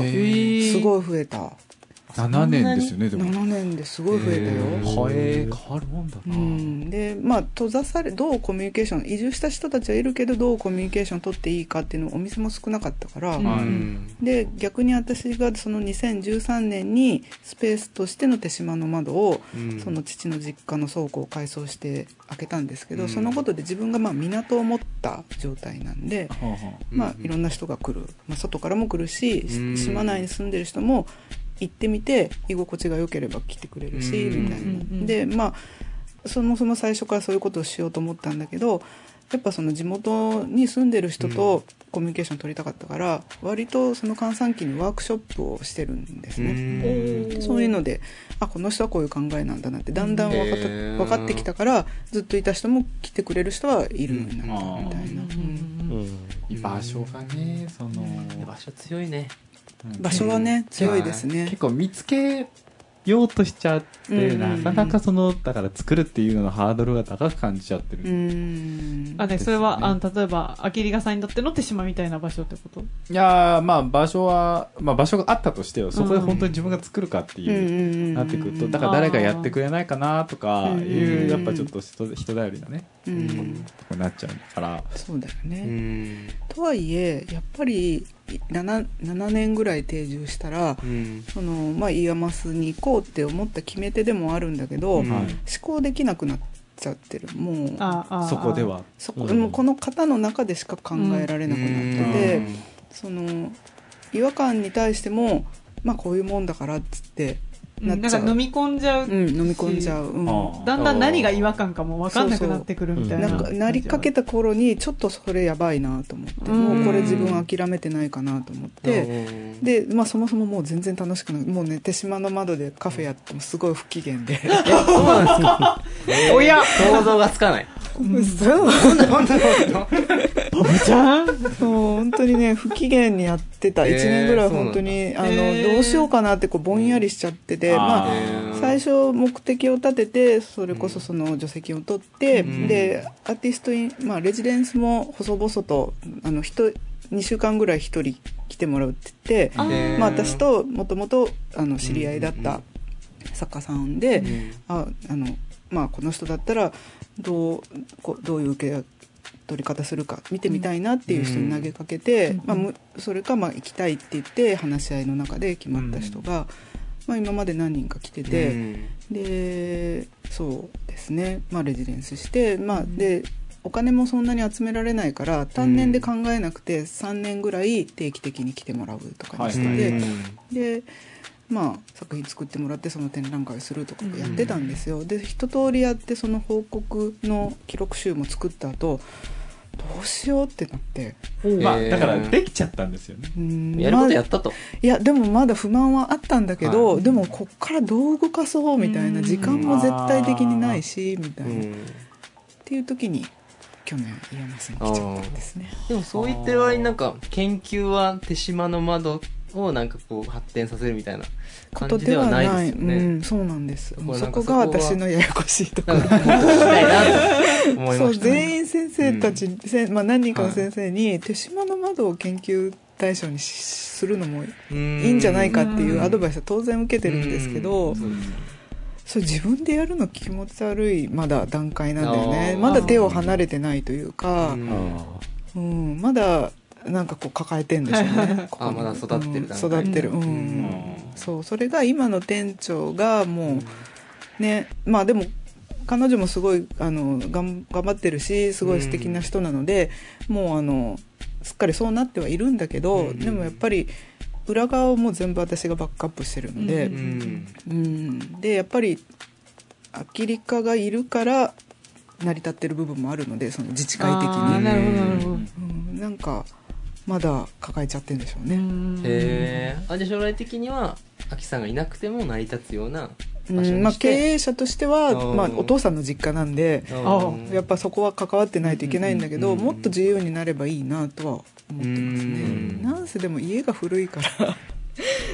Speaker 2: ー
Speaker 6: すごい増えた
Speaker 4: 7年ですよねでも
Speaker 6: 7年ですごい増えたよ、
Speaker 4: はえー変わるもんだ
Speaker 6: う
Speaker 4: な、
Speaker 6: ん、でまあ閉ざされどうコミュニケーション移住した人たちはいるけどどうコミュニケーション取っていいかっていうのお店も少なかったから、
Speaker 2: うん
Speaker 5: うん
Speaker 6: で逆に私がその2013年にスペースとしての手島の窓を、
Speaker 5: うん
Speaker 6: その父の実家の倉庫を改装して開けたんですけど、
Speaker 5: うん
Speaker 6: そのことで自分がまあ港を持った状態なんで、
Speaker 4: はあはあ
Speaker 6: まあ
Speaker 5: う、ん
Speaker 6: いろんな人が来る、まあ、外からも来るし、し
Speaker 5: うん
Speaker 6: 島内に住んでる人も行ってみて居心地が良ければ来てくれるし、
Speaker 5: うん
Speaker 6: みたいな、
Speaker 2: うんうん
Speaker 6: でまあそもそも最初からそういうことをしようと思ったんだけどやっぱその地元に住んでる人とコミュニケーション取りたかったから、割とその閑散期にワークショップをしてるんですね。
Speaker 5: うん
Speaker 6: そういうのであこの人はこういう考えなんだなってだんだん分かった、
Speaker 5: へー
Speaker 6: 分かってきたからずっといた人も来てくれる人はいるようになった
Speaker 4: うん
Speaker 6: みたいな、うん
Speaker 3: うん
Speaker 4: 居場所がねその
Speaker 5: 場所強いね
Speaker 4: うん
Speaker 6: 場所はね強いですね
Speaker 4: 結構見つけようとしちゃって、
Speaker 6: うん
Speaker 4: なかなかそのだから作るっていうののハードルが高く感じちゃってる、
Speaker 6: うーん
Speaker 2: あで
Speaker 4: です
Speaker 2: そ
Speaker 4: ね
Speaker 2: れはあの例えばアキリガさんにとっての手島みたいな場所ってこと
Speaker 4: いやーまあ場所は、まあ、場所があったとしてよそこで本当に自分が作るかっていう、なってくるとだから誰がやってくれないかなとかいう、
Speaker 6: うん
Speaker 4: やっぱちょっと人人頼りなね、
Speaker 6: う
Speaker 4: と
Speaker 6: ん
Speaker 4: こになっちゃうから
Speaker 6: そうだよね、
Speaker 5: うん
Speaker 6: とはいえやっぱり 7, 7年ぐらい定住したら
Speaker 5: うん
Speaker 6: その、まあ、イヤマスに行こうって思った決め手でもあるんだけど、
Speaker 5: うん
Speaker 6: 思
Speaker 4: はい
Speaker 6: 考できなくなっちゃってるもう
Speaker 2: あああ
Speaker 4: そこでは
Speaker 6: そこもうこの型の中でしか考えられなくなってて、その違和感に対してもまあこういうもんだからっつって
Speaker 2: うん
Speaker 6: なっ
Speaker 2: なん
Speaker 6: ち
Speaker 2: か
Speaker 6: ゃう、
Speaker 2: 飲み込んじゃう、
Speaker 6: うん飲み込んじゃう、うん、
Speaker 4: ああ
Speaker 2: だんだん何が違和感かも分かんなくなってくるみたいな
Speaker 6: なんかなりかけた頃にちょっとそれやばいなと思って
Speaker 2: うん
Speaker 6: もうこれ自分諦めてないかなと思ってで、まあ、そもそももう全然楽しくないもうね手島の窓でカフェやってもすごい不機嫌で
Speaker 5: そうなんですか
Speaker 2: おや
Speaker 5: 想像がつかない
Speaker 6: 嘘
Speaker 2: パブちゃん
Speaker 6: もう本当にね不機嫌にやってた1
Speaker 5: へー
Speaker 6: 年ぐらい本当に、あの
Speaker 2: へー
Speaker 6: どうしようかなってこうぼんやりしちゃってて、
Speaker 4: うん
Speaker 6: まあ
Speaker 4: あー
Speaker 6: 最初目的を立ててそれこそその助成を取って、
Speaker 5: うん
Speaker 6: でアーティストイン、まあ、レジデンスも細々とあの人2週間ぐらい1人来てもらうって言って、
Speaker 2: あ
Speaker 5: で
Speaker 6: まあ、私ともともとあの知り合いだった作家さんで、ああのまあ、この人だったらどうこうどういう受け取り方するか見てみたいなっていう人に投げかけて、
Speaker 2: うん
Speaker 6: まあむ、それかまあ行きたいって言って話し合いの中で決まった人が、まあ、今まで何人か来てて。でそうですね、まあ、レジデンスして、まあ、
Speaker 2: うん
Speaker 6: でお金もそんなに集められないから単年で考えなくて3年ぐらい定期的に来てもらうとかにしてて、
Speaker 4: はいはいは
Speaker 6: で、まあ、作品作ってもらってその展覧会をするとかやってたんですよ、で一通りやってその報告の記録集も作った後どうしようってなって
Speaker 4: まあ
Speaker 5: えー
Speaker 4: だからできちゃったんですよね
Speaker 6: うーん
Speaker 5: やることや
Speaker 6: ま
Speaker 5: ったと。
Speaker 6: あいやでもまだ不満はあったんだけど、
Speaker 4: はい
Speaker 6: でもこっからどう動かそうみたいな時間も絶対的にないしみたいな、っ
Speaker 5: ん
Speaker 6: ていう時に去年岩間さん来ちゃったんですね。
Speaker 5: でもそう言ってる割になんか研究は手島の窓をなんかこう発展させるみたいな
Speaker 6: こ
Speaker 5: 感
Speaker 6: と
Speaker 5: じ
Speaker 6: で
Speaker 5: で
Speaker 6: は
Speaker 5: は
Speaker 6: な
Speaker 5: ないいですよね。
Speaker 6: うん、そうなんです
Speaker 5: だから
Speaker 6: そ
Speaker 5: なんか
Speaker 6: こ
Speaker 5: そこ
Speaker 6: が
Speaker 5: は
Speaker 6: 私のややこしいところ
Speaker 5: なんかもっとしたいなと思いました、ね。
Speaker 6: そう全員先生たち、せんまあ、何人かの先生に、手島の窓を研究対象にしするのもい
Speaker 5: うん
Speaker 6: いんじゃないかっていううんアドバイスは当然受けてるんですけど、
Speaker 5: うんそう
Speaker 6: それ自分でやるの気持ち悪いまだ段階なんだよね
Speaker 5: あー
Speaker 6: まだ手を離れてないというか、
Speaker 5: うん
Speaker 6: うんまだなんかこう抱えてんでしょう ねここに
Speaker 5: あまだ育ってる段
Speaker 6: うん
Speaker 5: 階
Speaker 6: 育ってるうん、そうそれが今の店長がもうねまあでも彼女もすごいあのがん頑張ってるしすごい素敵な人なので、もうあのすっかりそうなってはいるんだけど、
Speaker 5: うん
Speaker 6: でもやっぱり裏側をもう全部私がバックアップしてるので、
Speaker 2: う
Speaker 5: うんん
Speaker 6: うん、でやっぱりアキリカがいるから成り立ってる部分もあるのでその自治会的
Speaker 2: あー
Speaker 6: に、
Speaker 2: なるほどなるほど
Speaker 6: うん、なんかまだ抱えちゃってるんでしょう
Speaker 2: う
Speaker 6: ね、
Speaker 2: ん
Speaker 5: へーあじゃあ将来的にはアキさんがいなくても成り立つような
Speaker 6: う
Speaker 5: 場所
Speaker 6: んま
Speaker 5: に
Speaker 6: あ、
Speaker 5: し
Speaker 6: 経
Speaker 5: て、
Speaker 6: 営者としては、
Speaker 5: うん
Speaker 6: まあ、お父さんの実家なんで
Speaker 2: ー
Speaker 5: うん
Speaker 6: やっぱそこは関わってないといけないんだけど、
Speaker 5: うん
Speaker 6: もっと自由になればいいなとは思ってます
Speaker 5: う
Speaker 6: ね、
Speaker 5: ん
Speaker 6: なんせでも家が古いから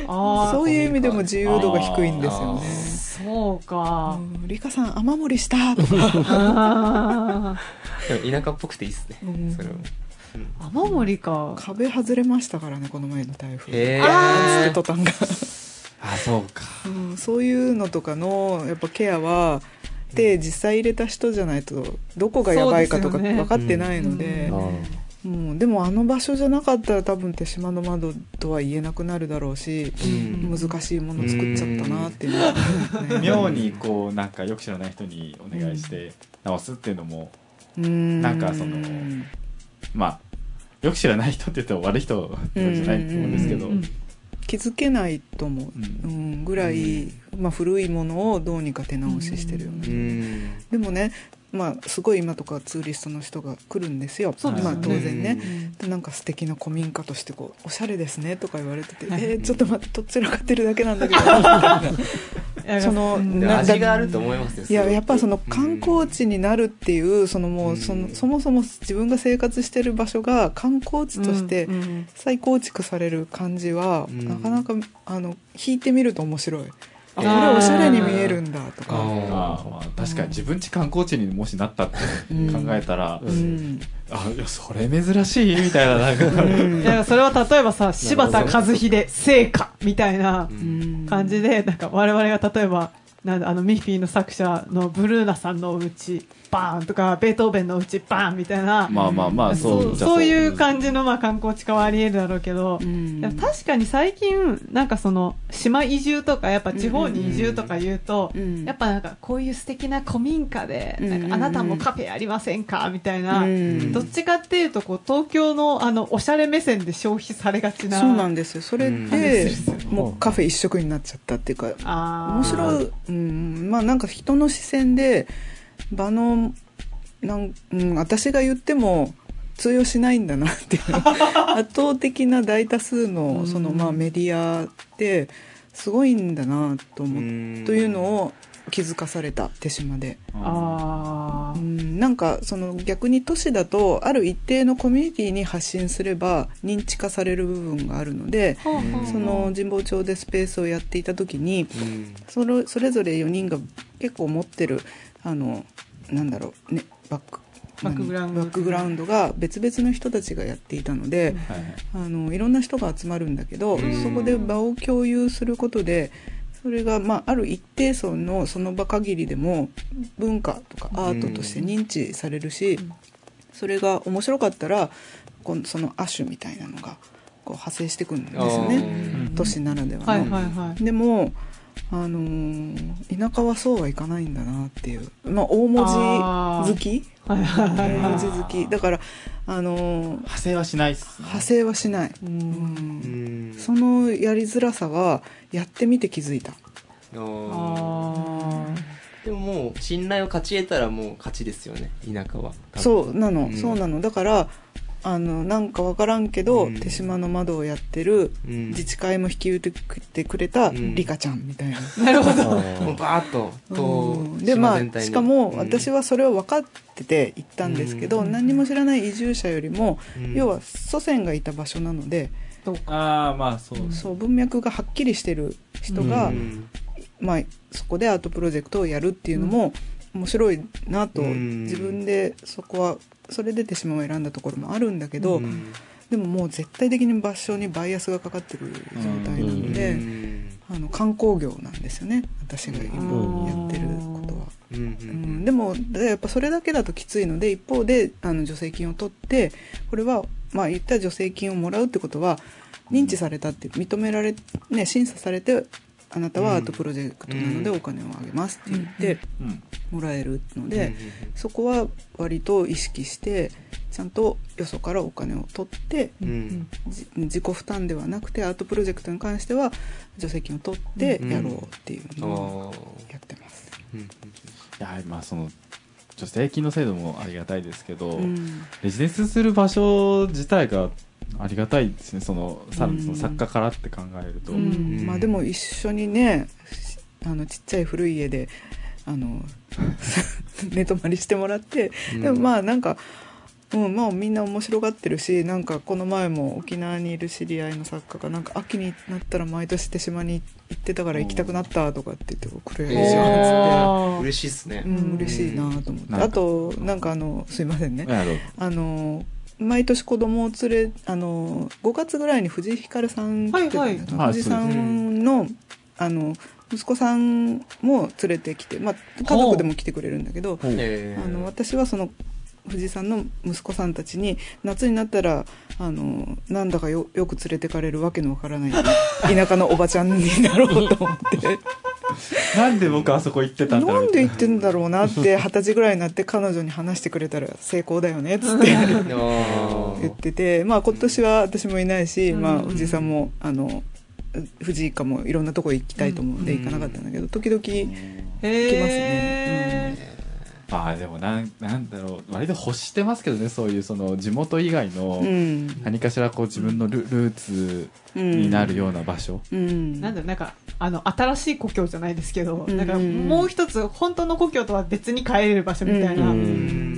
Speaker 2: あ
Speaker 6: そ
Speaker 2: あ
Speaker 6: ういう意味でも自由度が低いんですよね
Speaker 2: そう
Speaker 6: う
Speaker 2: か
Speaker 6: んリカさん雨漏りしたとか
Speaker 2: あ
Speaker 5: でも田舎っぽくていいっすね、
Speaker 6: うん
Speaker 5: それは
Speaker 2: ー雨漏りか
Speaker 6: 壁外れましたからねこの前の台風
Speaker 5: へえ
Speaker 6: あーっつってトタンが、
Speaker 4: あそうか
Speaker 6: うん、そういうのとかのやっぱケアはで実際入れた人じゃないとどこがやばいかとか
Speaker 2: そうですよね
Speaker 6: 分かってないので
Speaker 2: うん
Speaker 3: あ
Speaker 6: もうでもあの場所じゃなかったら多分手島の窓とは言えなくなるだろうし、
Speaker 5: うん
Speaker 6: 難しいもの作っちゃったなっていうのは、ね
Speaker 4: 妙にこうなんかよく知らない人にお願いして直すっていうのも
Speaker 6: うん
Speaker 4: なんかそのまあよく知らない人って言っても悪い人ってわけじゃないと思うんですけど
Speaker 2: うんうん
Speaker 6: 気づけないとも、う、
Speaker 4: うん
Speaker 6: ぐらい、まあ、古いものをどうにか手直ししてるよね、
Speaker 5: うん
Speaker 6: でもね、まあ、すごい今とかツーリストの人が来るんですよ
Speaker 2: そうですよ
Speaker 6: ま
Speaker 2: ね
Speaker 6: あ、当然ね、
Speaker 2: うん
Speaker 6: でなんか素敵な古民家としてこうおしゃれですねとか言われてて、
Speaker 2: はい
Speaker 6: えーちょっと待ってとっちらかってるだけなんだけどその
Speaker 2: うん
Speaker 5: でも
Speaker 6: な
Speaker 5: 味があると思いますよ
Speaker 6: いややっぱその観光
Speaker 5: 地
Speaker 6: 地になるっていうそのもうその
Speaker 5: うん
Speaker 6: そもそも自分が生活してる場所が観光地として
Speaker 2: うん
Speaker 6: 再構築される感じは
Speaker 5: うん
Speaker 6: なかなかあの弾いてみると面白い。あこ
Speaker 5: あ
Speaker 6: れ
Speaker 5: ー
Speaker 6: おしゃれに見えるんだとか、
Speaker 4: あーまあ確かに自分家観光地にもしなったって考えたら、
Speaker 6: うん
Speaker 4: あいやそれ珍しいみたいななん か、
Speaker 2: いやそれは例えばさ柴田和秀成果みたいな
Speaker 6: うん
Speaker 2: 感じでなんか我々が例えばなんだあのミッフィーの作者のブルーナさんのお家バーンとかベートーベンのお家バーンみたいな、
Speaker 4: まあまあまあそう
Speaker 2: そう
Speaker 4: じゃ
Speaker 2: そういう感じのまあ観光地化はあり得るだろうけど、
Speaker 6: うん
Speaker 2: いや確かに最近なんかその島移住とかやっぱ地方に移住とか言うと、
Speaker 6: うん
Speaker 2: やっぱなんかこういう素敵な古民家で、
Speaker 6: うん
Speaker 2: なんかあなたもカフェありませんかみたいな、
Speaker 6: うん
Speaker 2: どっちかっていうとこう東京のあのおしゃれ目線で消費されがちな
Speaker 6: そうなんですよそれで
Speaker 3: うん
Speaker 6: もうカフェ一色になっちゃったっていうか
Speaker 2: あー
Speaker 6: 面白い、うん、まあなんか人の視線で場のなん、うん、私が言っても通用しないんだなっていう圧倒的な大多数
Speaker 2: う
Speaker 6: の
Speaker 2: ん
Speaker 6: そのまあメディアってすごいんだなと思っというのを気づかされた手島で、
Speaker 2: あ
Speaker 6: う
Speaker 2: ー
Speaker 6: ん、なんかその逆に都市だとある一定のコミュニティに発信すれば認知化される部分があるので
Speaker 2: ほうほうほう
Speaker 6: その神保町でスペースをやっていた時に、それそれぞれ4人が結構持ってるあのなんだろう、ね、バック
Speaker 2: バックグラウンド
Speaker 6: バックグラウンドが別々の人たちがやっていたので、あのいろんな人が集まるんだけど、
Speaker 5: うん
Speaker 6: そこで場を共有することでそれが、まあ、ある一定層のその場限りでも文化とかアートとして認知されるし、それが面白かったらこのその亜種みたいなのがこう派生してくるんですよ
Speaker 5: う
Speaker 6: ね
Speaker 5: ん
Speaker 6: 都市ならではの。
Speaker 2: はいはいはい。
Speaker 6: でも、あのー田舎はそうはいかないんだなっていう、まあ、大文字好き
Speaker 2: はいはいは
Speaker 6: 大
Speaker 2: いはい。
Speaker 6: 文字好きだから、あのー
Speaker 4: 派生はしないっすね
Speaker 6: 派生はしない、
Speaker 2: う
Speaker 6: う
Speaker 5: う
Speaker 6: ん、
Speaker 5: んん
Speaker 6: そのやりづらさはやってみて気づいた
Speaker 5: あー
Speaker 2: あ
Speaker 5: でももう信頼を勝ち得たらもう勝ちですよね田舎は
Speaker 6: そうなの、
Speaker 5: うん
Speaker 6: そうなのだからあのなんかわからんけど、
Speaker 5: うん
Speaker 6: 手島の窓をやってる
Speaker 5: うん
Speaker 6: 自治会も引き受けてくれた
Speaker 5: うん
Speaker 6: リカちゃんみたいな、
Speaker 2: あ。なるほど。
Speaker 5: もうバーッと
Speaker 6: う
Speaker 5: と
Speaker 6: んでま
Speaker 5: 島
Speaker 6: あ
Speaker 5: 全体に
Speaker 6: しかも
Speaker 5: うん
Speaker 6: 私はそれを分かってて行ったんですけど、
Speaker 2: うん
Speaker 6: 何にも知らない移住者よりも、
Speaker 5: うん
Speaker 6: 要は祖先がいた場所なので
Speaker 4: ああまあそう
Speaker 6: そう文脈がはっきりしてる人が、
Speaker 5: うん
Speaker 6: まあ、そこでアートプロジェクトをやるっていうのも面白いなと、
Speaker 5: うん
Speaker 6: 自分でそこはそれで手島を選んだところもあるんだけど、
Speaker 5: うん
Speaker 6: でももう絶対的に場所にバイアスがかかってる状態なので、
Speaker 5: うん
Speaker 6: あの観光業なんですよね私が今やってることは。
Speaker 5: うんうんう
Speaker 6: うんん、でもでやっぱそれだけだときついので一方であの助成金を取ってこれはまあ言ったら助成金をもらうってことは認知されたって認められ、ね、審査されてあなたはアートプロジェクトなので
Speaker 5: うん
Speaker 6: お金をあげますって言って
Speaker 4: うん
Speaker 6: もらえるの
Speaker 5: うんうん
Speaker 6: で、そこは割と意識してちゃんとよそからお金を取って
Speaker 5: うん
Speaker 2: うん
Speaker 6: じ自己負担ではなくてアートプロジェクトに関しては助成金を取ってやろうっていうのを
Speaker 5: あー
Speaker 6: やってます。
Speaker 5: うんうん
Speaker 4: いやまあその助成金の制度もありがたいですけど、
Speaker 6: うん
Speaker 4: レジデンスする場所自体がありがたいですねそのさらにその
Speaker 6: うん
Speaker 4: 作家からって考えると、
Speaker 2: うん
Speaker 5: ん
Speaker 6: まあでも一緒にねしあのちっちゃい古い家であの 寝泊まりしてもらって、
Speaker 5: うん
Speaker 6: でもまあなんか、うんまあ、みんな面白がってるしなんかこの前も沖縄にいる知り合いの作家がなんか秋になったら毎年手島に行ってたから行きたくなったとかって言ってこれいいじゃんっつって。
Speaker 2: おー
Speaker 5: 嬉しいっすね
Speaker 6: うん、嬉しいなと思って、
Speaker 4: なんか
Speaker 6: あとなんかあのすいませんね、
Speaker 4: なる
Speaker 6: あの毎年子供を連れあの5月ぐらいに藤井ひかるさん来てたんだけど
Speaker 4: はいはい
Speaker 6: 藤井さんの,、あの息子さんも連れてきて、まあ、家族でも来てくれるんだけど
Speaker 4: ほど
Speaker 5: えー
Speaker 6: あの私はその藤井さんの息子さんたちに夏になったらあのなんだかよよく連れてかれるわけの わからない田舎のおばちゃんになろうと思って。
Speaker 4: なんで僕あそこ行ってたんだ
Speaker 6: な
Speaker 4: ろうん
Speaker 6: で言ってんだろうなって二十歳ぐらいになって彼女に話してくれたら成功だよねっつって
Speaker 5: あー
Speaker 6: 言ってて、まあ、今年は私もいないし、
Speaker 2: うん
Speaker 6: まあ、藤井さんもあの藤井一家もいろんなとこ行きたいと思うんで
Speaker 5: うん
Speaker 6: 行かなかったんだけど時々
Speaker 2: へー
Speaker 4: ああでもなんなんだろう割と欲してますけどねそういうその地元以外の
Speaker 6: うん
Speaker 4: 何かしらこう自分のルルーツ
Speaker 6: うん
Speaker 4: になるような場所、
Speaker 6: うん
Speaker 2: なんだろうなんかあの新しい故郷じゃないですけど、
Speaker 6: うん
Speaker 2: なんかもう一つ本当の故郷とは別に帰れる場所みたいな、
Speaker 5: う
Speaker 6: う
Speaker 5: ん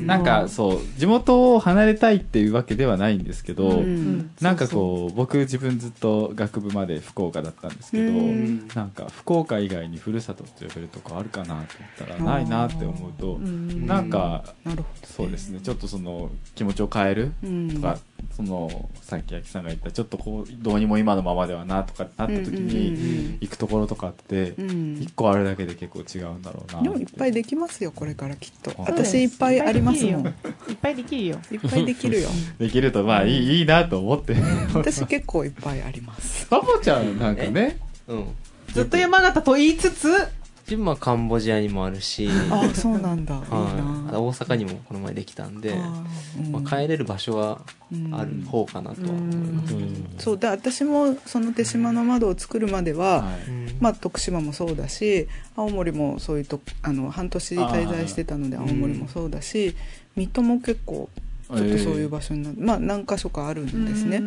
Speaker 6: ん
Speaker 4: なんかそう地元を離れたいっていうわけではないんですけど、
Speaker 6: うん
Speaker 2: うん
Speaker 4: なんかこう僕自分ずっと学部まで福岡だったんですけど、
Speaker 6: うん
Speaker 4: なんか福岡以外にふるさとって呼べるとこあるかなと思ったら
Speaker 6: あー
Speaker 4: ないなって思うと、
Speaker 2: うん
Speaker 4: なんか
Speaker 6: なるほ
Speaker 4: そうですねちょっとその気持ちを変える
Speaker 6: ど、うん
Speaker 4: とか、そのさっき八木さんが言ったちょっとこうどうにも今のままではなとかなった時
Speaker 6: うん
Speaker 4: に
Speaker 6: うん
Speaker 4: 行くところとかって
Speaker 6: うん
Speaker 4: 一個あるだけで結構違うんだろうな
Speaker 6: でもいっぱい
Speaker 4: で
Speaker 6: できますよこれからきっと
Speaker 4: そう
Speaker 2: です
Speaker 6: 私いっぱいありますもん
Speaker 2: いっいっぱいできるよ
Speaker 6: いっぱいできるよ
Speaker 4: できるとまあいい,、いいなと思 って
Speaker 6: 私結構いっぱいあります
Speaker 4: パパちゃんなんかね
Speaker 5: うん
Speaker 2: ずっと山形と言いつつ
Speaker 5: 自分はカンボジアにもある し
Speaker 6: ああそうなんだいいな
Speaker 5: はい、大阪にもこの前できたんで、
Speaker 6: あーう
Speaker 5: ま
Speaker 6: ん
Speaker 5: あ、帰れる場所はある方かなとは思います、
Speaker 6: そうだ私もその手島の窓を作るまでは、
Speaker 4: はい
Speaker 6: まあ、徳島もそうだし青森もそういうとあの半年滞在してたので
Speaker 5: あ
Speaker 6: 青
Speaker 5: ー
Speaker 6: 森もそうだし、水戸も結構ちょっとそういう場所になって、まあ何か所かあるんですね。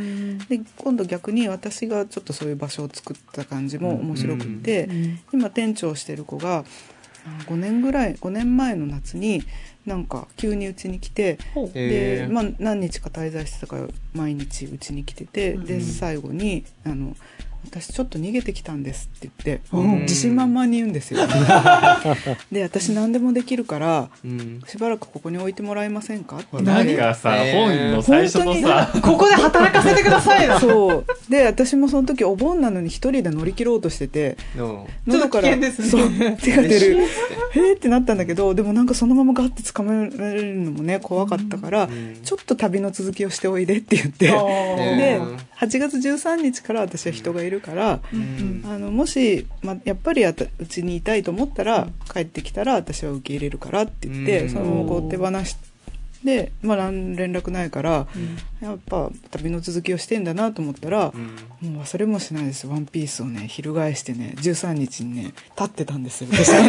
Speaker 6: で今度逆に私がちょっとそういう場所を作った感じも面白くて、今店長をしてる子が5年ぐらい5年前の夏になんか急にうちに来て
Speaker 2: ほう
Speaker 5: え
Speaker 6: で、
Speaker 5: ー
Speaker 6: まあ、何日か滞在してたから毎日うちに来てて、
Speaker 2: うん
Speaker 6: で最後にあの私ちょっと逃げてきたんですって言って、
Speaker 5: うん
Speaker 6: 自信満々に言う んですよで私何でもできるから
Speaker 5: うん。
Speaker 6: しばらくここに置いてもらえませんかって言われて
Speaker 4: 何がさ、
Speaker 5: えー
Speaker 4: 本の最初のさ、
Speaker 2: ここで働かせてくださいよ。
Speaker 6: そうで私もその時お盆なのに一人で乗り切ろうとしてて
Speaker 5: ど
Speaker 2: ちょっと
Speaker 6: 喉から
Speaker 2: 危険ですね
Speaker 6: そう手が出
Speaker 5: 嬉し
Speaker 6: るへーってなったんだけどでもなんかそのままガッて捕まえられるのもね怖かったから、
Speaker 5: ん
Speaker 6: ちょっと旅の続きをしておいでって言って
Speaker 5: ー
Speaker 6: で
Speaker 5: うん
Speaker 6: 8月13日から私は人がいるから、
Speaker 5: う。
Speaker 2: うん
Speaker 6: あのもし、ま、やっぱりあたうちにいたいと思ったら帰ってきたら私は受け入れるからって言って、
Speaker 5: うん
Speaker 6: そのままこう手放して。で、まあ、なん連絡ないから、やっぱ旅の続きをしてんだなと思ったら
Speaker 5: う、ん
Speaker 6: もう忘れもしないですワンピースをね翻してね13日にね立ってたんですよ私あ